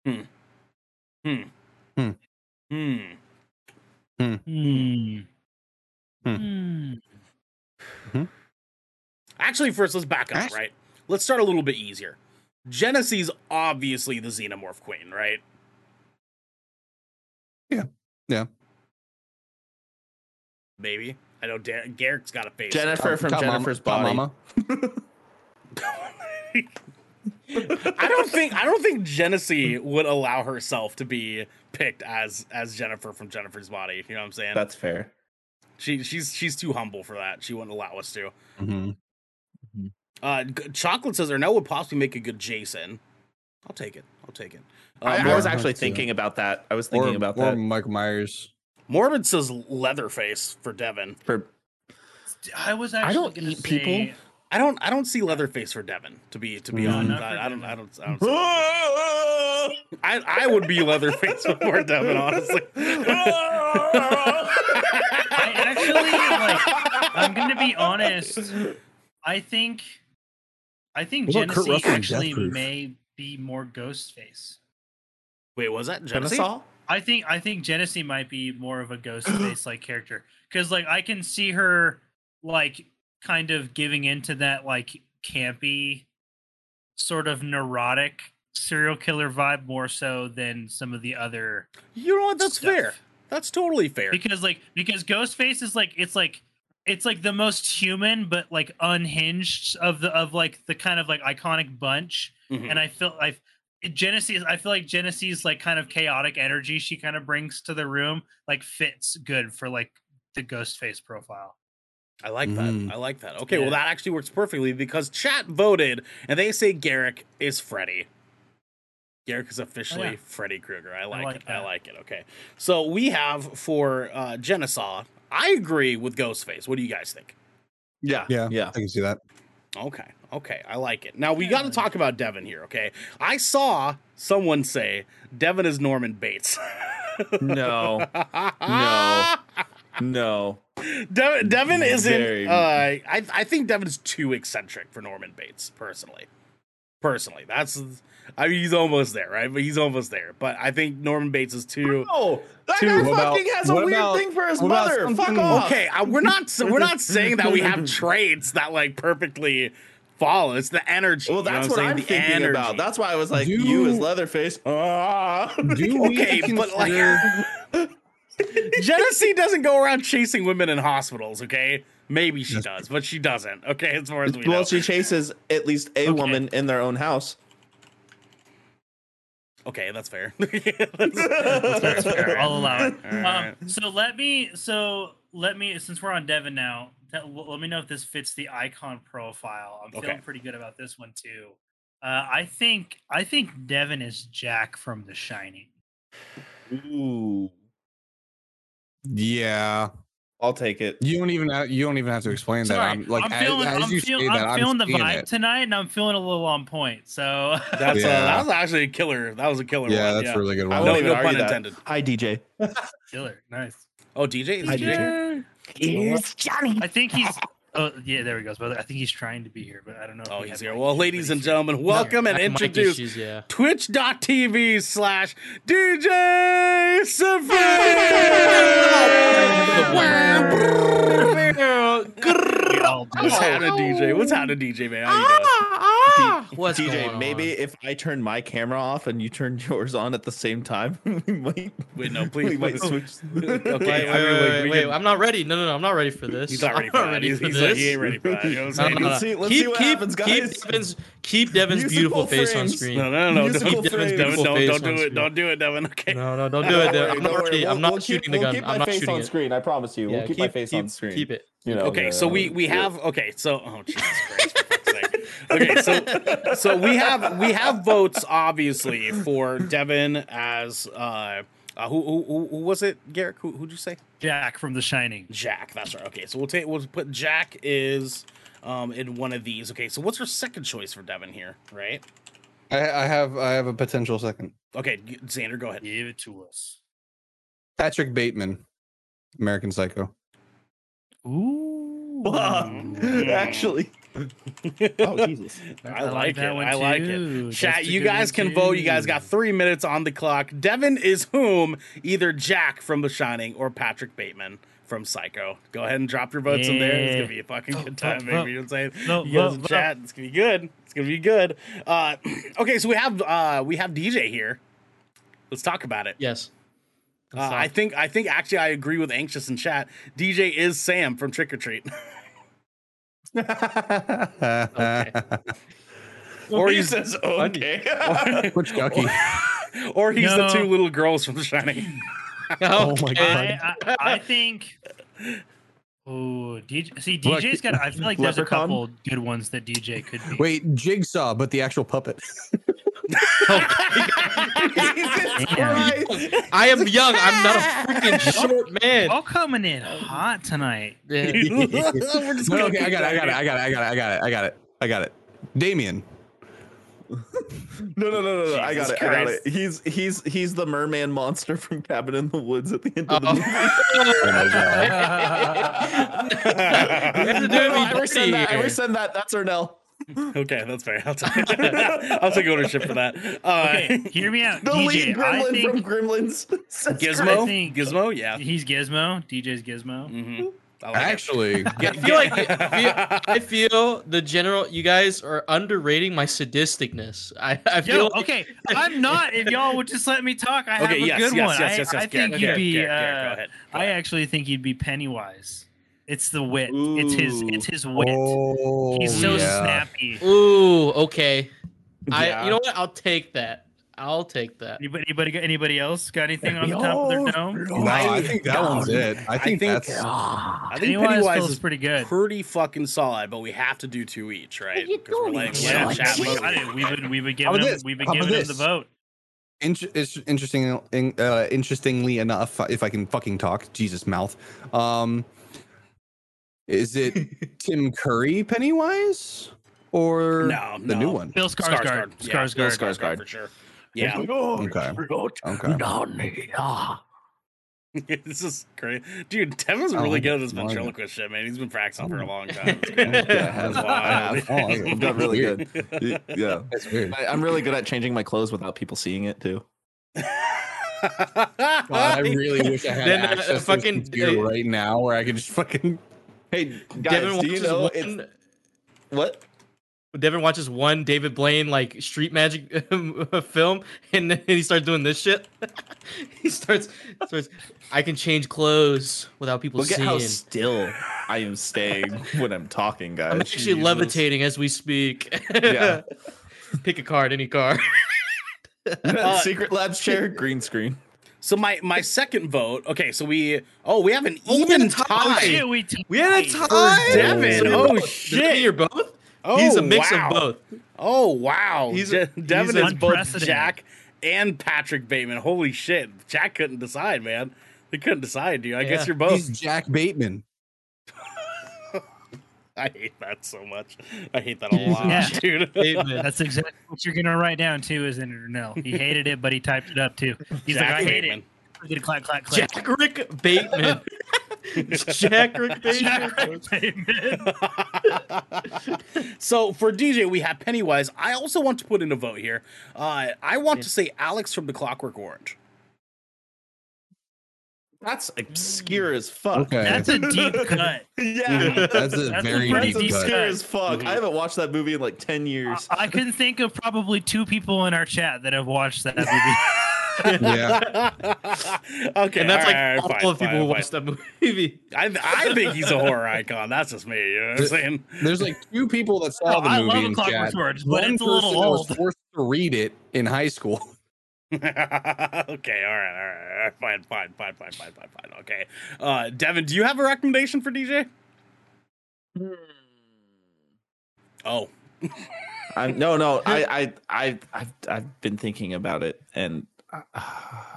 Hmm. Hmm.
Hmm.
Hmm.
Hmm.
Hmm.
Hmm.
Actually, first let's back up.
Ash-
Right. Let's start a little bit easier. Genesee's obviously the Xenomorph Queen, right?
Yeah.
Maybe. I know Der- Garrick's got a face.
Jennifer from
Top mama-
Jennifer's
top
Body.
mama.
I don't think I don't think Genesee would allow herself to be picked as as Jennifer from Jennifer's Body. You know what I'm saying?
That's fair.
she she's she's too humble for that. She wouldn't allow us to.
Mhm.
Uh, G- Chocolate says Ernell would possibly make a good Jason. I'll take it. I'll take it. Uh,
I, I
Mor-
was
I'd
actually
say that.
thinking about that. I was thinking
or,
about
or
that
Michael Myers.
Morbid says Leatherface for Devin.
for
I was actually
don't
gonna
eat people.
say-
I don't I don't see Leatherface for Devin to be to be
No,
honest.
Mm. not for
I, I don't I don't I don't. see Leatherface.
Wait,
I, I would be Leatherface before Devin, honestly.
I actually like. I'm gonna be honest. I think. I think
What about Kurt
Genesee
Russell in
actually
Death Proof?
may be more Ghostface.
Wait, was that Genesee?
I think I think Genesee might be more of a Ghostface like character because like I can see her like kind of giving into that like campy, sort of neurotic serial killer vibe more so than some of the other
You know what? That's
stuff.
fair. That's totally fair.
because like because Ghostface is like it's like it's like the most human but like unhinged of the of like the kind of like iconic bunch
Mhm.
and I feel I Genesee's I feel like Genesee's like kind of chaotic energy she kind of brings to the room like fits good for like the Ghostface profile.
I like
Mm.
that. I like that. Okay, well
Yeah.
that actually works perfectly because chat voted and they say Garrick is Freddy. Garrick is officially
Oh, yeah.
Freddy Krueger. I like,
like
it. I
that.
like it. Okay. So we have for uh Genesaw, I agree with Ghostface. What do you guys think?
yeah,
Yeah.
yeah.
I can see that.
Okay. Okay. I like it. Now we got to talk about Devin here. Okay. I saw someone say Devin is Norman Bates.
No,
no.
no.
Devin, Devin
Very-
isn't. Uh, I I think Devin's too eccentric for Norman Bates personally. Personally, that's. I mean, he's almost there, right? But he's almost there. But I think Norman Bates is too.
Oh, that
Two.
guy
What
about-
fucking has a
what
weird
about-
thing for his
what about
mother. Fuck
something-
off.
Okay, I, we're not. We're not saying that we have traits that like perfectly follow. It's the energy. you
Well,
know
that's
what
what
I'm,
I'm
saying? The
thinking
energy.
about. That's why I was like,
Do-
you as Leatherface. Ah.
Do we
okay, but like Genesee doesn't go around chasing women in hospitals, okay? Maybe she does, but she doesn't. Okay, as far as we know.
well, she chases at least a woman in their own house.
okay, that's fair. That's-
That's fair. I'll allow it.
All right.
Um, so let me so let me since we're on Devin now, that, l- let me know if this fits the icon profile. I'm feeling
Okay.
pretty good about this one too. Uh, I think I think Devin is Jack from The Shining.
Ooh,
yeah.
I'll take it.
You don't even have, you don't even have to explain that. I'm like as-
feeling,
as,
I'm
you
feel-
say
I'm
that, I'm
feeling the
seeing
vibe
it.
tonight, and I'm feeling a little on point. So
That's uh,
Yeah.
that was actually a killer. That was a killer
Yeah,
one.
that's a really good
I
No-
one.
won't even
no pun
argue that.
intended.
Hi, DJ.
killer, nice.
Oh, DJ? Is
Hi,
DJ?
DJ.
Here's Johnny.
I think he's. Oh yeah, there he goes. But I think he's trying to be here, but I don't know. if
Oh,
we
he's
have
here.
mic
Well,
issues,
ladies
but
and
he's here.
gentlemen, welcome and
Mic
introduce
issues, yeah.
twitch.tv slash DJ Savannah.
We all do.
What's happening, DJ? What's happening, DJ, man? How you doing?
What's going
DJ,
on?
maybe if I turn my camera off and you turn yours on at the same time, we might
Wait, no, please.
we might
wait.
switch.
Okay,
Wait,
I mean,
wait,
like,
wait,
we
wait,
can-
I'm not ready. No, no, no. I'm not ready for this.
He's not ready for
I'm
that. He's,
for
he's
this.
like, he ain't ready for that. You know what I'm
No,
saying?
no,
Let's
no.
see- let's
keep,
see what
keep,
happens, guys.
Keep Devin's, keep Devin's
Musical
beautiful face on
frames.
screen.
No, no, no, no.
Musical
Don't,
phrase.
Devin, don't,
Face
don't
on
do it.
screen.
Don't do it, Devin. Okay.
No, no, don't do it. Devin. I'm
Don't
not
worry,
ready. I'm
we'll-
not
we'll keep-
shooting the
we'll
gun.
keep
I'm
my
not
face
shooting
on
it.
screen. I promise you.
Yeah,
we'll keep, my face on screen.
Keep it.
You know, uh,
okay,
yeah,
so we we
yeah.
have okay, so oh Jesus Christ, for fuck's sake. Okay, so so we have we have votes obviously for Devin as uh, uh who, who who- who was it, Garrick? Who who'd you say?
Jack from The Shining.
Jack. That's right. Okay, so we'll take we'll put Jack is um in one of these. Okay, so what's your second choice for Devin here, right?
I, I have I have a potential second.
Okay, Xander, go ahead.
Give it to us.
Patrick Bateman, American Psycho.
Ooh.
Fuck. Actually, oh Jesus!
I like it. I like it.
too.
Chat,
That's a
you
good one
guys can vote. You guys
too.
got three minutes on the clock. Devin is whom? Either Jack from The Shining or Patrick Bateman from Psycho. Go ahead and drop your votes in there. It's
Yeah.
gonna be a fucking
Vote,
good
vote,
time, baby.
vote.
You know what I'm saying?
Vote,
you guys
vote,
in
vote.
chat, it's gonna be good. It's gonna be good. Uh, okay, so we have uh, we have DJ here. Let's talk about it.
Yes.
Uh, I think I think actually I agree with Anxious in chat. DJ is Sam from Trick or Treat,
Or he says okay.
Which Ducky?
or he's the
No.
two little girls from The Shining.
Oh my
Okay.
god.
I, I, I think. Oh, DJ, see,
Look.
DJ's got. I feel like there's a
Leprechaun?
couple good ones that DJ could be.
Wait, Jigsaw, but the actual puppet.
Jesus Christ!
I am young. I'm not a freaking short man.
all coming in hot tonight.
Yeah.
We're just
No,
gonna
okay, I
keep
got it. I got
going.
it. I got it. I got it. I got it. I got it. I got it. Damien.
No, no, no, no, no! I got
Jesus
it. I got
Christ.
it. He's he's he's the merman monster from Cabin in the Woods at the end of the movie.
Oh.
No, no, I rescind that. I rescind that. That's Ernell.
Okay, that's fair. I'll take, I'll take ownership for that. Uh,
Okay, hear me out.
The lead
DJ, I
gremlin from
think
Gremlins. says
Gizmo,
I think-
Gizmo, yeah.
he's Gizmo. DJ's Gizmo.
hmm I like it.
Actually,
I feel like I feel, I feel the general. You guys are underrating my sadisticness. I, I feel
Yo,
like-
okay, I'm not. If y'all would just let me talk, I have
Okay,
a
yes,
good
yes,
one.
yes,
I,
yes, yes,
I
yes.
think
Garrett,
you'd
Garrett,
be.
Garrett,
uh,
Garrett, go ahead.
I actually think you'd be Pennywise. It's the wit. It's his. It's his wit.
oh,
He's so
yeah.
snappy.
Ooh, okay. I,
Yeah.
you know what? I'll take that. I'll take that.
Anybody, anybody, got- anybody else got anything on the top of their dome?
No, I think that one's it. I
I
think,
think-
that's.
I think
Pennywise,
Pennywise
feels
is
pretty good.
pretty fucking solid, but we have to do two each, right? Because we're like, we're in chat
we
mode.
got it. We've been, we've been giving
How about
him,
this?
we've been
How about
giving him the
this?
vote.
Inter- it's interesting, in- uh, interestingly enough, if I can fucking talk, Jesus mouth. Um, is it Tim Curry Pennywise or
No,
the new
no.
one?
Bill Skarsgård.
Skarsgård. Yeah, Bill
Skarsgård.
Skarsgård for sure. Yeah,
Okay. Okay.
this is great, dude. Devin's
I
really
like
good
it.
at this
I like it.
ventriloquist shit, man. He's been practicing for a long time. It's good.
Yeah,
That's wild.
Oh, I-
I've got really good. Y- Yeah,
That's weird.
I, I'm really good at changing my clothes without people seeing it too.
God, I really wish I had
Then, uh,
access to this
fucking-
computer
uh,
right now where I could just fucking.
Hey, guys,
Devin
do you
watches
know it's,
one.
what?
Devin watches one David Blaine like street magic film, and then he starts doing this shit. he starts starts. I can change clothes without people
Look at
seeing.
how still I am staying when I'm talking, guys.
I'm actually
Jesus.
levitating as we speak.
Yeah.
Pick a card, any card.
Secret Labs chair, green screen.
So my my second vote. Okay, so we oh we have an
we had a
even
tie.
tie.
Yeah, we t-
We had a
for Devin.
So
Oh
Does that mean you're
shit.
both?
Oh,
He's a mix
wow.
of both.
Oh wow.
He's-
De-
he's
Devin is both
unprecedented.
Jack and Patrick Bateman. Holy shit. Jack couldn't decide, man. They couldn't decide, dude. I guess
Yeah.
you're
Oh.
both.
He's Jack Bateman.
I hate that so much. I hate that a lot,
Yeah.
dude.
Amen.
That's exactly what you're gonna write down too, isn't it? Or no, he hated it, but he typed it up too. He's like, I hate it. Clickety clack clack clack.
Jack Rick Bateman. Jack Rick Bateman.
So for DJ, we have Pennywise. I also want to put in a vote here. Uh, I want to say Alex from The Clockwork Orange.
That's obscure as fuck.
Okay.
That's a deep cut.
Yeah.
That's a
That's
very
a
deep
That's Mm-hmm.
pretty-
cut.
obscure as fuck.
Mhm.
I haven't watched that movie in like 10
I,
years.
I can think of probably two people in our chat that have watched that movie.
Yeah.
okay,
And that's like
all, right,
all
fine,
of
fine,
people who
fine.
watched that movie.
I, I think he's a horror icon. That's just me. You know what I'm saying?
There's like two people that
Oh,
saw the
I
movie
love
in
A Clockwork
chat.
Orange, but
One
it's a little
person that was
old.
forced to read it in high school.
okay, all right, all right, all right, fine, fine, fine, fine, fine, fine, fine. Okay, uh, Devin, do you have a recommendation for DJ?
Hmm.
Oh,
I, no, no. I, I, I, I've, I've been thinking about it, and uh,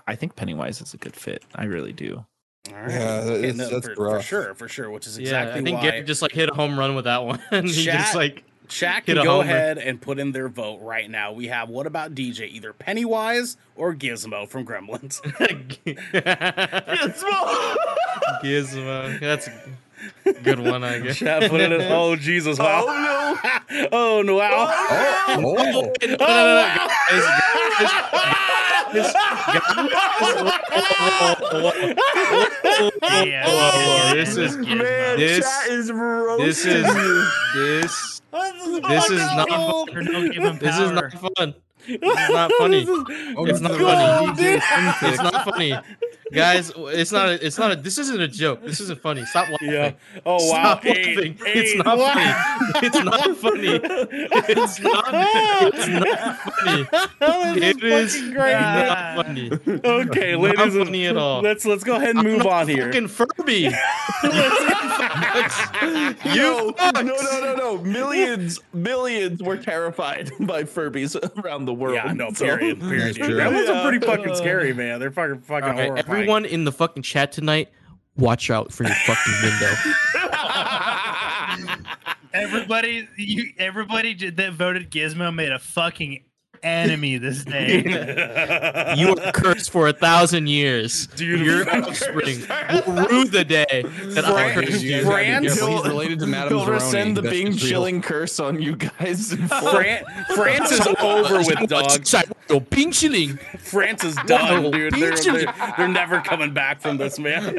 I think Pennywise is a good fit. I really do.
all right.
Yeah, it's- that's
for, for
rough.
sure, for sure. Which is
yeah,
exactly
I think
why.
Garrett just like hit a home run with that one. he
Chat-
just like
Shaq
Hit
can
a
go
homer.
ahead and put in their vote right now. We have what about DJ? Either Pennywise or Gizmo from Gremlins.
Gizmo. Gizmo. That's a good one, I guess.
Shaq put it in. Oh Jesus! Wow.
Oh
Oh no! Wow.
Oh,
No, no, no, no. guys, guys, guys, whoa, whoa,
yeah,
whoa,
yeah,
this
yeah.
is
no, man!
This-
chat is roasting
this is this
Oh,
this is not fun.
Or don't give him
this is
power.
not fun. This is not funny.
Oh,
It's not
God,
funny. It's not funny, guys. It's not. A, it's not. A, this isn't a joke. This isn't funny. Stop laughing.
Yeah. Oh wow.
Stop
Eight,
laughing.
eight.
It's not
Wow.
funny. It's not funny. It's not. It's not funny.
Oh, this
It is
fucking great.
not funny.
Okay,
Not
ladies. and-
funny at all.
Let's let's go ahead and
I'm
move
not
on here.
Fucking Furby.
you. No, no, no, no! Millions, millions were terrified by Furbies around the world.
Yeah, no,
so-
period. Period.
That's
dude.
true.
Gremlins
Yeah.
are pretty fucking scary, man. They're fucking fucking
All right,
horrifying.
everyone in the fucking chat tonight, watch out for your fucking window.
Everybody, you, everybody j- that voted Gizmo made a fucking enemy this day.
You are cursed for a thousand years.
Dude,
your
I'm
offspring will rue the day that I
Fran-
cursed you.
Fran-
He's
He'll-
related to Madame
He'll
Zeroni.
rescind the
That's
Bing
just real.
chilling curse on you guys.
Fran- France is over with, dog.
Yo, Bing Chilling.
France is done,
No,
dude. They're,
Beecham-
they're, they're never coming back from this, man.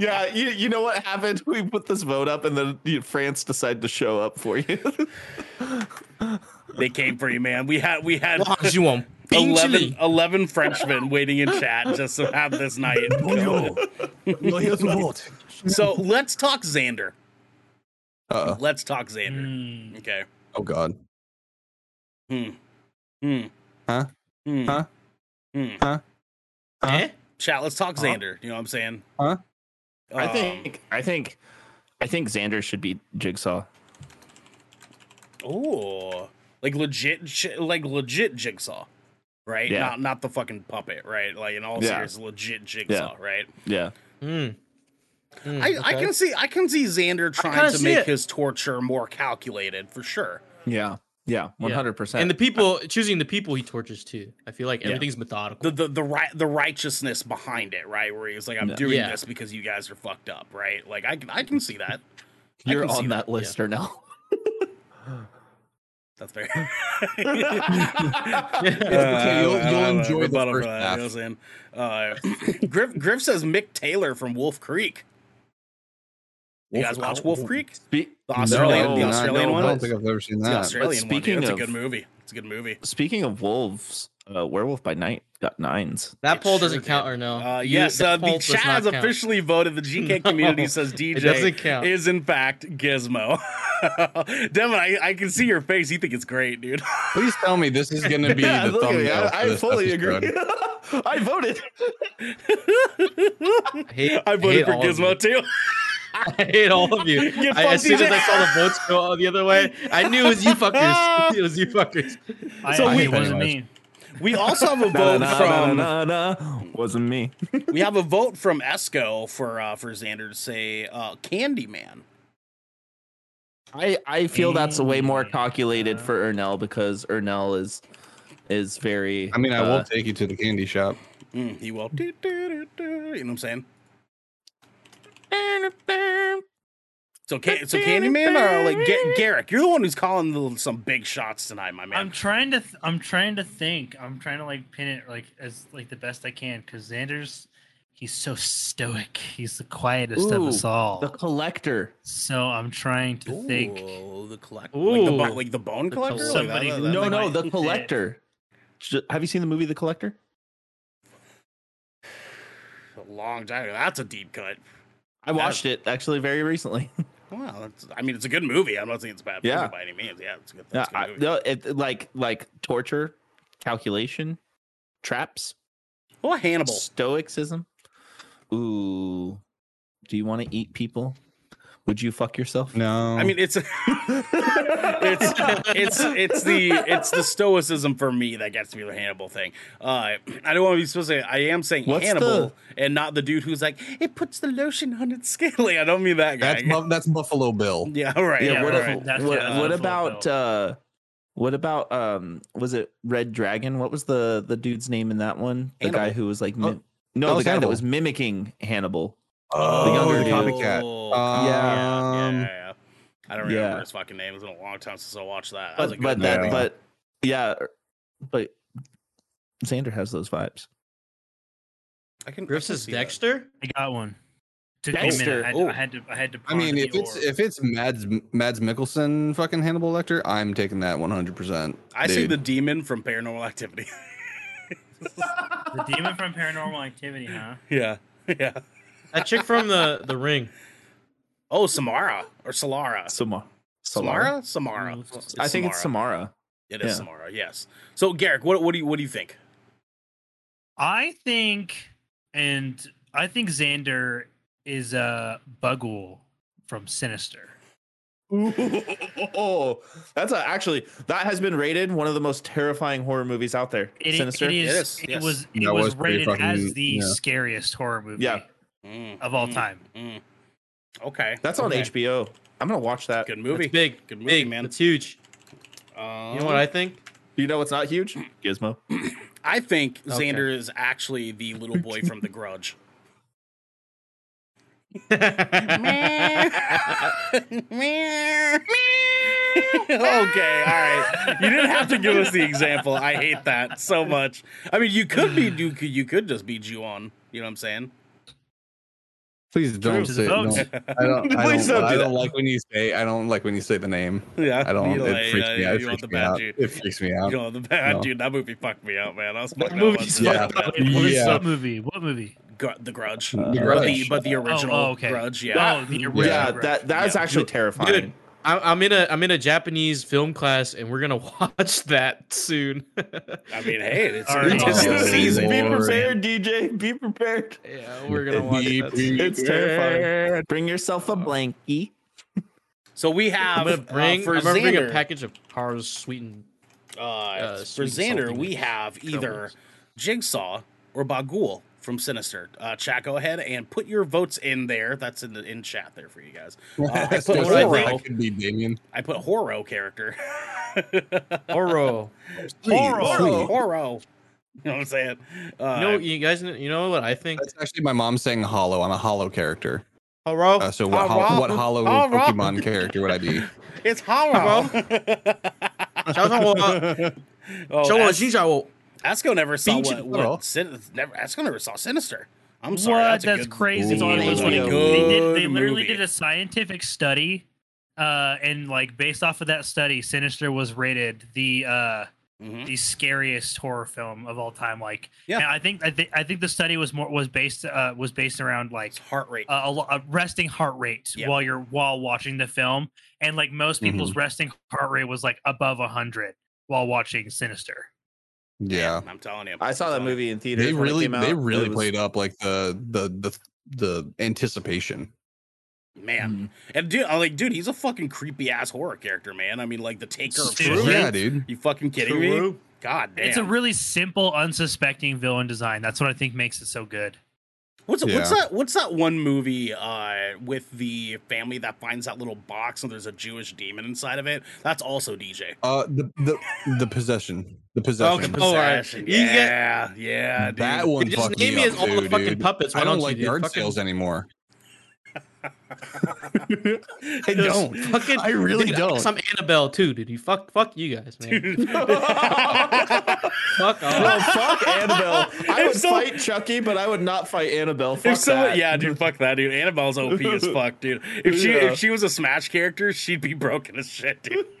yeah, you, you know what happened? We put this vote up, and then you, France decided to show up for you.
they came for you, man. We had we had
Because you want Bing
11,
Chilling.
11 Frenchmen waiting in chat just to have this night. so let's talk Xander.
Uh-oh.
Let's talk Xander.
Hmm.
Mm.
Okay.
Oh God.
Hmm. Hmm.
Huh?
Hmm.
Huh?
Hmm. uh-huh.
Huh?
Eh?
Chat. Let's talk Xander. You know what I'm saying?
Huh?
I
Um,
think, I think, I think Xander should be Jigsaw.
Oh, like legit, j- like legit jigsaw, right?
Yeah.
Not not the fucking puppet, right? Like in all
Yeah.
serious, legit jigsaw, right?
Yeah,
Mm. Mm,
I, I
okay.
can see I can see Xander trying
kinda
to
see
make
it.
his torture more calculated for sure.
yeah, yeah, one hundred
And
percent.
the people choosing the people he tortures too. I feel like everything's methodical.
The the the right the righteousness behind it, right? Where he's like, I'm
Yeah.
doing
Yeah.
this because you guys are fucked up, right? Like I can I can see that. I
You're
can see
on that list or no?
That's fair.
okay,
Uh,
you'll- you'll
uh, uh,
enjoy the
rebuttal for
first
that, you know what I'm saying? Uh, Griff, Griff says Mick Taylor from Wolf Creek. You guys watch Wolf Creek?
Be-
The Australian,
no,
the
no,
Australian
no,
one.
I
no.
don't think I've ever seen
It's the
that.
Australian
speaking
one. Dude. It's a
of-
good movie. It's a good movie.
Speaking of wolves, uh, Werewolf by Night got nines.
that poll
sure
doesn't
did.
count or no?
Uh,
You-
yes,
that
uh, the
poll does
chat
not
has
count.
officially voted. The GK
No,
community says
It doesn't
DJ
count.
is in fact Gizmo. Devin, I, I can see your face. You think it's great, dude.
Please tell me this is going to be the
look at me,
thumbnail. for
I, I
this
fully
episode.
agree. I voted.
I, hate,
I voted
hate
for
all of
Gizmo
you.
too.
I hate all of you.
You
I, as
fucking
soon as I
did.
saw the votes go the other way, I knew it was you fuckers. It was you fuckers.
I,
So
I-
we-
it wasn't me.
We also have a vote from
wasn't me.
we have a vote from Esco for uh, for Xander to say uh, Candyman.
I I feel that's a way more calculated for Ernell because Ernell is is very.
I mean, I
uh,
will take you to the candy shop.
Mm, he will. Do, do, do, do, you know what I'm saying? So, can, so Candyman or like Ga- Garrick, you're the one who's calling the, some big shots tonight, my
I'm
man.
trying to. Th- I'm trying to think. I'm trying to like pin it like as like the best I can because Xander's. He's so stoic. He's the quietest of us
Ooh,
all.
The collector.
So I'm trying to think.
Ooh, the collector, like the, bo-
Ooh.
like the bone
The
collector. Like,
somebody
that-
who-
that-
No,
like-
no, the
Yeah.
collector. J- Have you seen the movie The Collector?
that's a long time. ago. That's a deep cut.
I watched it actually very recently.
Wow, that's, I mean, it's a good movie. I'm not saying it's a bad
Yeah.
movie by any means. Yeah, it's a good.
Yeah,
That's a
Uh, I,
good movie.
no, it, it- like like torture, calculation, traps,
well, Hannibal.
stoicism. Ooh, do you want to eat people? Would you fuck yourself?
No,
I mean, it's it's it's it's the it's the stoicism for me that gets me the Hannibal thing. Uh, I don't want to be supposed to. Say, I am saying
What's
Hannibal and not the dude who's like it puts the lotion on its skin. Like, I don't mean that guy.
that's Buff- that's Buffalo Bill.
yeah, all right.
Yeah,
Yeah,
what,
all
if-
right.
right. That's-
what,
yeah, that's
what
a full
about
bill.
uh what about um was it Red Dragon? What was the the dude's name in that one? The guy
Hannibal.
who was like
Oh,
mi- no,
that
the
was
guy that
Hannibal.
was mimicking Hannibal.
Oh,
younger
the
dude.
copycat.
Oh,
Um,
yeah, yeah, yeah. I don't remember
yeah.
his fucking name. It's been a long time since I watched that. that was a
But,
good
but
movie.
that
movie.
but yeah, but Xander has those vibes.
I can I
Griff's
can
is
see that.
Dexter.
I got one. Took
Dexter,
me a minute. I had, to, I had to. I had to.
I mean,
ponder
if
the
it's
orb.
if it's Mads Mads Mikkelsen fucking Hannibal Lecter, I'm taking that 100. percent
I see the demon from Paranormal Activity.
the demon from Paranormal Activity, huh?
yeah, yeah.
That chick from the the ring.
Oh, Samara or Solara.
Samara.
Samara, Mm, Samara.
Ooh,
I think it's Samara.
It is
Yeah.
Samara, yes. So Garrick, what what do you what do you think?
I think, and I think Xander is a uh, Buggle from Sinister.
Oh, that's a, actually that has been rated one of the most terrifying horror movies out there.
It, i-
Sinister.
it is. It,
is, yes.
was. It
That
was,
was pretty
rated
fucking-
as the
yeah.
scariest horror movie
Yeah.
of all time.
Mm. Okay.
That's on
Okay.
HBO. I'm gonna watch that.
Good
It's
movie.
big,
Good movie,
big
man.
man. It's huge.
Um,
You know what I think?
You know what's not huge? Gizmo.
I think
Okay.
Xander is actually the little boy from The Grudge. okay, all right. You didn't have to give us the example. I hate that so much. I mean, you could be you could, you could just be Ju-on. You know what I'm saying?
Please don't
to the
say. No,
vote.
I don't. I
Please
don't,
don't do
I
that.
don't like when you say. I don't like when you say the name.
Yeah.
I don't.
You
it
like,
freaks
uh,
me out. It
you want
freaks
the
me
bad
out.
dude.
It freaks me
You
out.
know, the bad
Uh, No.
dude, that movie fucked me up, man. I was fucked
That
up
movie's
once.
fucked
Yeah.
What,
Yeah. Uh,
what movie? What movie?
Gr- the Grudge.
The
But, the,
Grudge.
but the original
oh, okay.
Grudge, yeah.
Oh, the original.
Yeah,
Grudge.
that that's
Yeah.
actually terrifying.
Dude, I- I'm in a I'm in a Japanese film class, and we're gonna watch that soon.
I mean, hey, it's,
All right.
it's the
Oh,
season.
Lord.
Be prepared, DJ. Be prepared.
yeah, we're gonna watch
Be
that.
It's terrifying. Bring yourself a blankie.
So we
I'm
have
gonna bring.
uh, for
I'm gonna bring a
Xander.
package of Pars sweetened.
uh, for
sweet
Xander,
salty
we have either
troubles.
Jigsaw or Bagul from Sinister. Uh, chat, go ahead and put your votes in there. That's in the in chat there for you guys. Uh, I
I
put
still said
Horo.
that could be Damien.
I put Horo character.
Oro.
Horo. Horo. You know what I'm saying? Uh,
You know, you guys, kn- you know what I think?
That's actually my mom saying hollow. I'm a hollow character.
Oro.
Uh, so what, hol-
Hollow.
what hollow
Hollow.
Pokemon character would I be?
it's Horo. oh,
Uh,
As- Asco never saw
Beach
what,
and
what
Horo.
Sin- never Asco never saw Sinister. I'm
What?
sorry.
That's,
a good-
crazy.
It's on
It was
HBO.
like they
Good
did. They literally
movie.
did a scientific study, uh, and like based off of that study, Sinister was rated the uh,
Mhm.
the scariest horror film of all time. Like,
Yeah.
and I think I, thi- I think the study was more was based uh, was based around like
It's heart rate.
Uh,
a, a, lo- a resting heart rate
Yeah. Mm-hmm.
while you're while watching the film, and like most people's resting heart rate was like above hundred while watching Sinister.
Yeah,
I'm telling you.
I saw that movie in theaters.
they
when it
really
came out.
they really
It was-
played up like the the the the anticipation.
man.
Mm-hmm.
And dude, I'm like, dude, he's a fucking creepy ass horror character, man. I mean, like the taker of
Dude,
Shrew.
Yeah, dude.
You fucking kidding me? God damn.
It's a really simple, unsuspecting villain design. That's what I think makes it so good.
What's what's
Yeah.
that? What's that one movie uh, with the family that finds that little box and there's a Jewish demon inside of it? That's also DJ.
Uh, the the the possession, the possession.
Oh, all right.
Possession.
You get-
Yeah, yeah, dude.
that one
Just
fucked
name
me
me as
up
all the
too,
fucking
dude.
puppets, why
I don't
don't you,
like
dude?
yard
Fucking-
sales anymore. I don't.
Fucking,
I really
dude,
don't.
Some Annabelle too, dude. You fuck, fuck you guys, man. fuck
No,
off.
Oh, fuck Annabelle. I
If
would
so-
fight Chucky, but I would not fight Annabelle. Fuck
If someone,
that.
yeah, dude, fuck that, dude. Annabelle's OP as fuck, dude. If she
Yeah.
if she was a Smash character, she'd be broken as shit, dude.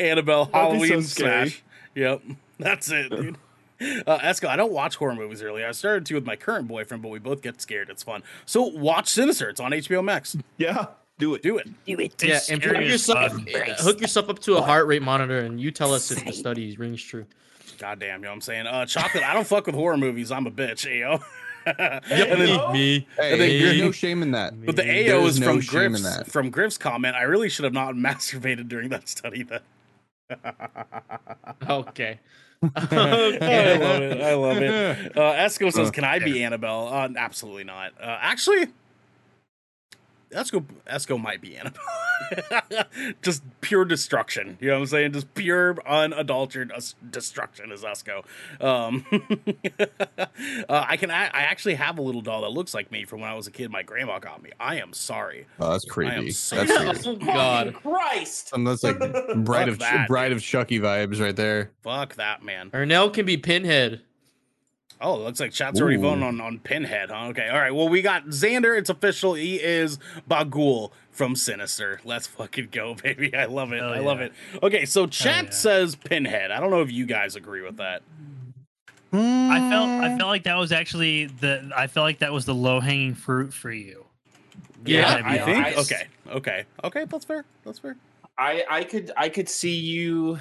Annabelle, Halloween
scary.
Smash. Yep, that's it, dude. Uh, Esco, I don't watch horror movies really. I started to with my current boyfriend, but we both get scared. It's fun. So watch Sinister. It's on HBO Max.
yeah. Do it.
Do it.
Yeah,
It's
and hook
scary as
yourself,
fuck.
yeah, hook yourself up to a heart rate monitor, and you tell us if the study rings true.
Goddamn, you know what I'm saying? Uh, Chocolate, I don't fuck with horror movies. I'm a bitch, Ayo.
Yep, me.
think
Hey, there's
you're-
no shame in that.
But the AO
There
is
no
from
shame in
Griff's,
that.
from Griff's comment. I really should have not masturbated during that study then.
Okay.
I
okay.
love it. I love it. Uh, Esco says, "Can I be Annabelle?" Uh, absolutely not. Uh, actually, Esco Esco might be Annabelle. Just pure destruction. You know what I'm saying? Just pure, unadulterated us- destruction is Esco. Um, uh, I can. I, I actually have a little doll that looks like me from when I was a kid. My grandma got me. I am sorry.
Oh, that's
I am
creepy.
so
That's
sorry.
weird.
Oh God.
Some- that's like bride of
Fuck that,
bride of Chucky vibes right there.
Fuck that man.
Ernell can be Pinhead.
Oh, it looks like chat's already
Ooh.
voting on, on Pinhead, huh? Okay, all right. Well, we got Xander. It's official. He is Bagul from Sinister. Let's fucking go, baby. I love it.
Hell
I love
yeah.
it. Okay, so chat
yeah.
says Pinhead. I don't know if you guys agree with that.
I felt I felt like that was actually the I felt like that was the low hanging fruit for you.
Yeah,
to be
I think.
honest.
okay, okay, okay. That's fair. That's fair.
I I could I could see you.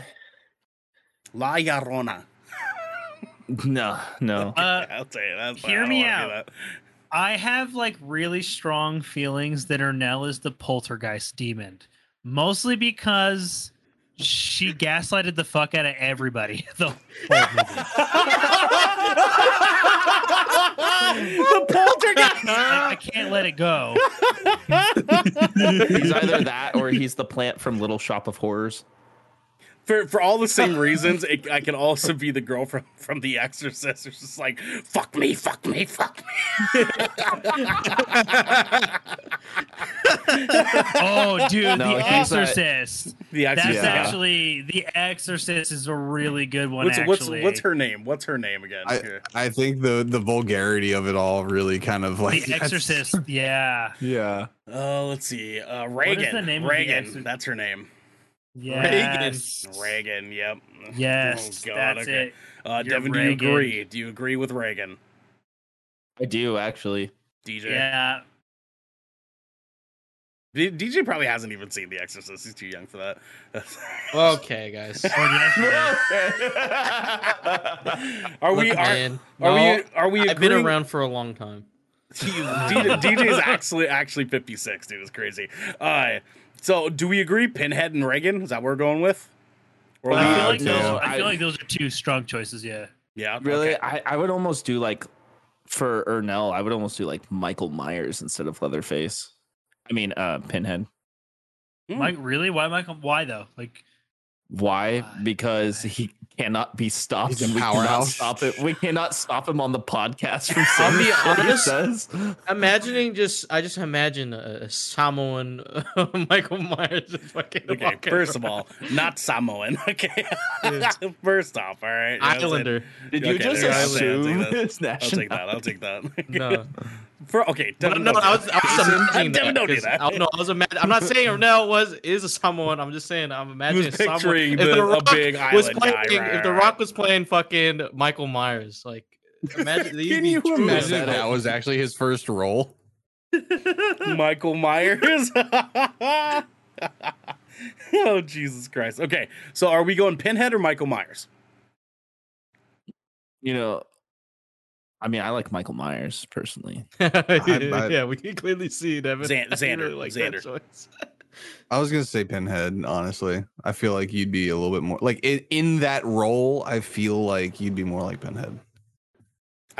La Llorona.
No, no.
Uh,
I'll tell you that's fine.
hear
I don't
me
wanna
out.
do that.
I have like really strong feelings that Ernell is the poltergeist demon, mostly because she gaslighted the fuck out of everybody. The whole movie.
the poltergeist.
I, I can't let it go.
He's either that or he's the plant from Little Shop of Horrors.
for for all the same reasons, it, I can also be the girl from from The Exorcist. It's just like fuck me, fuck me, fuck me.
Oh, dude,
No,
The
he's not-
Exorcist.
The
That's
Exorcist. yeah.
actually The Exorcist is a really good one.
What's, what's
actually,
what's her name? What's her name again? Here.
I think the the vulgarity of it all really kind of like
The Exorcist? Yeah,
Yeah.
Uh, let's see. Uh,
is
Reagan.
the name of The
Reagan.
Exorcist?
That's her name.
yes,
Reagan. Yep.
yes,
Oh, God,
that's
okay.
it.
Uh,
You're
Devin, do
Reagan.
you agree? Do you agree with Reagan?
I do actually.
DJ.
Yeah,
D- DJ probably hasn't even seen The Exorcist. He's too young for that.
Okay, guys.
or yes.
are we
Look,
are,
man,
are
no,
we are we
I've been
agreeing-
around for a long time.
DJ, DJ's actually actually 56, dude. It's crazy. Uh, so do we agree? Pinhead and Reagan? Is that what we're going with? Or
I
we-
feel like
okay.
those. I feel
I-
like those are two strong choices. Yeah.
yeah.
Really,
okay.
I, I would almost do like for Ernell. I would almost do like Michael Myers instead of Leatherface. I mean, uh, Pinhead.
Hmm.
Mike, really? Why, Michael? Why though? Like,
Why?
Why?
Because he cannot be stopped.
He's a
and we cannot
powerhouse.
stop it. We cannot stop him on the podcast from
I'll
saying
be
what he
honest.
says.
Imagining just, I just imagine a, a Samoan Michael Myers. Just fucking
Okay,
walking
first of
around.
all, not Samoan. Okay. first off, all right. that's it.
Islander.
Did
Okay,
you just
there, I'll take- I'll take
assume
that.
his
I'll
national?
take that. I'll take that.
No,
For okay,
no,
Devin
no,
knows
I
that.
was, I was imagining
Devin,
that.
don't do
'cause
that.
I don't know. I was imagine, I'm not saying Ernell was is a Samoan. I'm just saying I'm
He
imagining
was
a Samoan.
picturing
If
the,
The
a
Rock
big
was
island
playing
guy. right,
if The
right,
Rock was playing fucking Michael Myers. Like, imagine. these
Can
be
you
true
imagine if
events.
that was actually his first role?
right. Michael Myers. oh Jesus Christ. Okay, so are we going Pinhead or Michael Myers?
You know, I mean, I like Michael Myers personally.
I-
yeah, we can clearly see Devin.
Xan-
I
Xander,
that
Xander.
choice.
I was gonna say Pinhead. Honestly, I feel like you'd be a little bit more like in, in that role. I feel like you'd be more like Pinhead.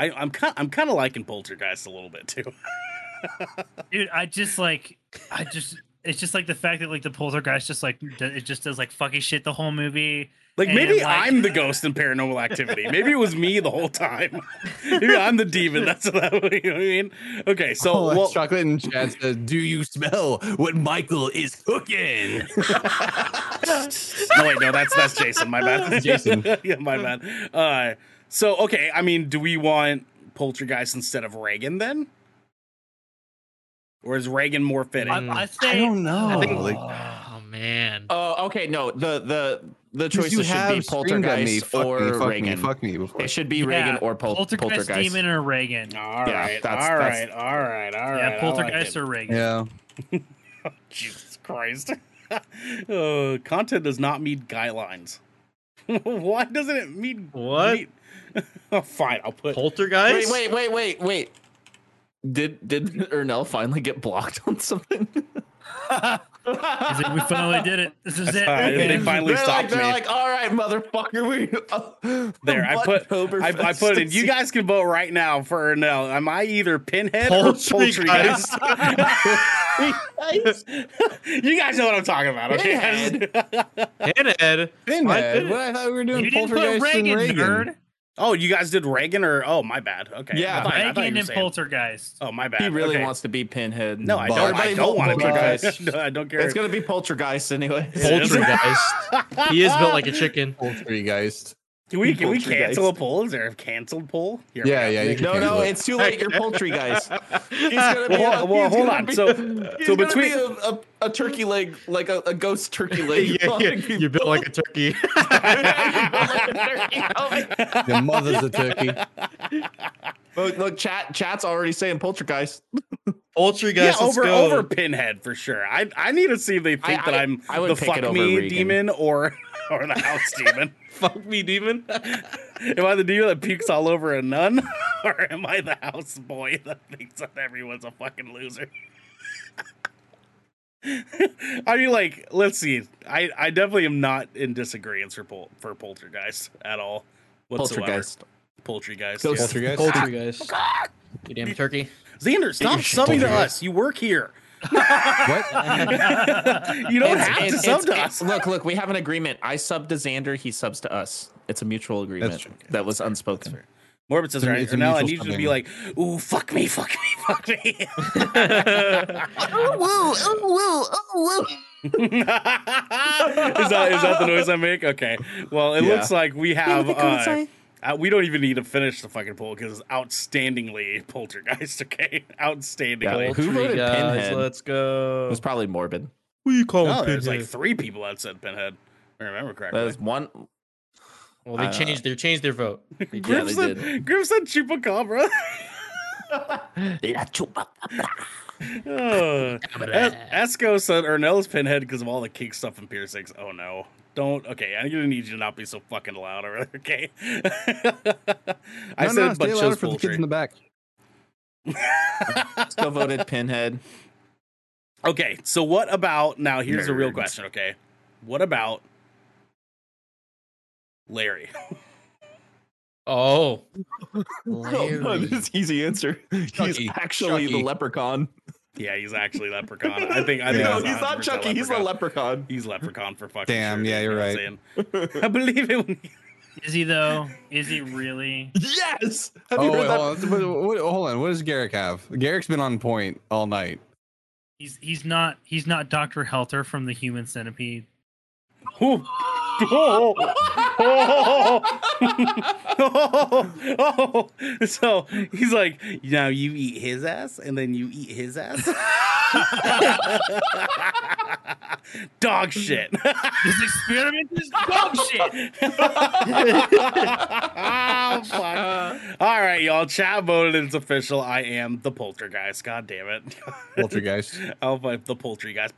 I, I'm kind I'm kind of liking Poltergeist a little bit too.
dude i just like i just it's just like the fact that like the poltergeist just like d- it just does like fucking shit the whole movie
Like
And,
maybe
like-
I'm the ghost in Paranormal Activity. Maybe it was me the whole time. maybe I'm the demon. That's what I, you know what I mean. Okay, so
Oh, that's
well,
chocolate and Chad says, "Do you smell what Michael is cooking?"
no wait, no, that's that's Jason. My bad,
Jason.
yeah, my bad. Uh, so okay, I mean, do we want Poltergeist instead of Reagan then, or is Reagan more fitting?
I'm-
I, I say
don't know.
Mm. I think-
Like-
oh man.
Oh, okay. No, the the the
Because you
choices should be
have screamed at me,
Poltergeist
fuck
or
me, fuck
Reagan.
Me, fuck me before.
It should be
Yeah,
Reagan or Pol-
poltergeist,
poltergeist.
demon or reagan
All
Yeah,
right, all
that's- that's-
right, all right, all right.
yeah
I like
poltergeist
it.
or reagan
Yeah.
Jesus Christ. uh, content does not meet guidelines. Why doesn't it meet
What?
meet- oh, fine, I'll put.
Poltergeist?
Wait, wait, wait, wait, wait. Did did Ernell finally get blocked on something?
He's like, we finally did it this is it
fine. They
Reagan.
finally
they're like,
stopped
they're
me.
like, all right, motherfucker, we uh,
there, I put. I, I
Oktoberfest
put
to
it. You
see."
guys can vote right now for no. Am I either pinhead or
Poultry
poultry
guys.
you guys know what I'm talking about, okay?
Pinhead.
Pinhead. What I thought we were doing
you didn't put
Poltergeist
reagan,
and Reagan.
nerd
oh, you guys did Reagan or oh, my bad. Okay, I
Yeah,
thought- I thought you
reagan
were
and
saying-
poltergeist
Oh, my bad.
He really
okay.
wants to be Pinhead.
No, I
But-
don't. I
Everybody
don't
vote
want to be
Poltergeist.
pinhead. No, I don't care.
It's gonna be Poltergeist anyway.
Poltergeist. he is built like a chicken.
Poltergeist.
Can we can we
Poltergeist.
cancel a poll? Is there a canceled poll? Here we
Yeah,
go.
yeah. You can
No,
cancel
no,
it.
it's too late. You're Poltergeist. He's gonna be
Well,
a,
well,
he's
hold
gonna
on.
be-
So-
he's
so
gonna
between-
be a, a, a turkey leg, like a, a ghost turkey leg.
yeah, yeah. You're built like a turkey. Oh
your mother's a turkey.
Look, look, chat, chat's already saying poltergeist.
Yeah,
Poltergeist. let's
over
go.
over Pinhead for sure. I I need to see if they think
I-
that
I-
I'm
I would
the
pick it
fuck
over
me
Regan.
demon or or the house demon.
Fuck me, demon.
Am I the demon that pukes all over a nun, or am I the house boy that thinks that everyone's a fucking loser? I mean, like, let's see. I, I definitely am not in disagreement for pol- for poltergeist at all whatsoever.
Poltergeist.
Poltergeist.
Ghost-
yeah.
Poltergeist.
Poltergeist. you damn turkey.
Xander, stop subbing to us. You work here.
what?
You don't have to sub to us.
Look, look, we have an agreement. I sub to Xander, he subs to us. It's a mutual agreement
true.
that was unspoken.
Morbid says,
It's a-
right,
it's a
now I
mutual
need you to be
subbing.
like, ooh, fuck me, fuck me, fuck me. is that is that the noise I make? Okay. Well, it
Yeah.
looks like we have. Uh, uh, we don't even need to finish the fucking poll because it's outstandingly poltergeist. Okay, outstandingly.
Yeah, who voted
Poltergeist,
Pinhead?
Let's
It
go.
was probably morbid.
Who you calling
No, Oh, there's like three people that said pinhead. if I remember correctly.
That was one.
well, they
uh,
changed. They changed their vote. They
Yeah,
did.
Griff
they
said,
did.
Griff said chupacabra.
Yeah, chupa.
Uh, Es- Esco said Ernell's pinhead because of all the kink stuff and piercings. Oh no. Don't okay, I'm gonna need you to not be so fucking loud over there, okay? I
No, no,
said
stay
but
louder
chose
for the kids
poultry.
in the back.
Still voted Pinhead.
okay, so what about now here's the real
Nerds.
question, okay? What about Larry?
Oh,
Oh, this is easy answer.
Chucky.
He's actually
Chucky.
the leprechaun.
Yeah, he's actually leprechaun. I think I think
Yeah.
No,
it's
he's not
100%
Chucky. He's the
leprechaun.
leprechaun.
He's leprechaun for fucking
Damn,
sure,
yeah,
you
you're
know what I'm saying? I believe it when
is he though is he really
Yes. Have you
Oh,
heard
wait,
that?
hold, on. What, what- hold on. What does Garrick have? Garrick's been on point all night.
he's he's not he's not dr helter from the human centipede
Oh. Oh. Oh. Oh. Oh. Oh. So he's like, now you eat his ass, and then you eat his ass. Dog shit.
this experiment is dog shit
oh, fuck. All right, y'all. Chat voted. It's official. I am the poltergeist. God damn it.
Poltergeist.
I'll fight the poultry guys.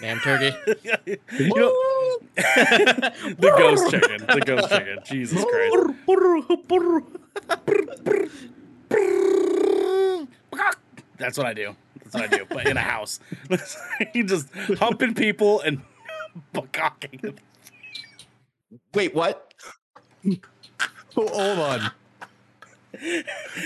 damn turkey.
you know, the ghost chicken. The ghost chicken. Jesus Christ. That's what I do. That's what I do. But in a house, you just humping people and cocking.
Wait, what?
Oh, hold on.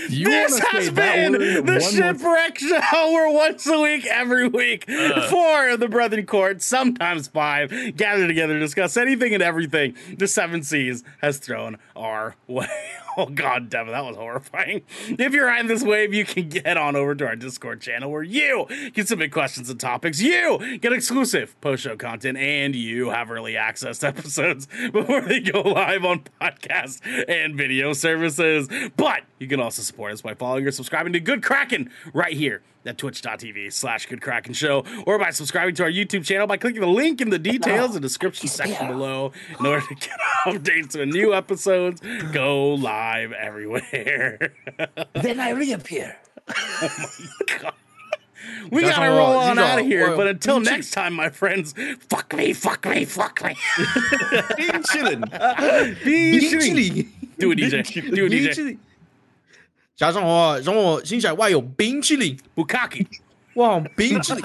You
this
wanna
has
say that
been
word
the
one more
Shipwreck Show. We're once a week, every week.
Uh.
Four of the Brethren Court, sometimes five, gather together to discuss anything and everything the Seven Seas has thrown our way. Oh, god damn it, that was horrifying. If you're riding this wave, you can get on over to our Discord channel where you can submit questions and topics, you get exclusive post show content, and you have early access to episodes before they go live on podcast and video services. But you can also support us by following or subscribing to Good Kraken right here at twitch.tv slash Good Kraken Show or by subscribing to our YouTube channel by clicking the link in the details and description section below in order to get updates when new episodes go live everywhere.
Then I reappear.
We
That's
gotta
all
roll
right.
on out
These are
of
all
here,
wild.
but until next time, my friends, fuck me, fuck me, fuck me.
Being chillin'.
Be shitty.
chili.
Do it, DJ. Do it, DJ.
加上我，让我欣赏我有冰淇淋，
Bukaki.
哇，冰淇淋。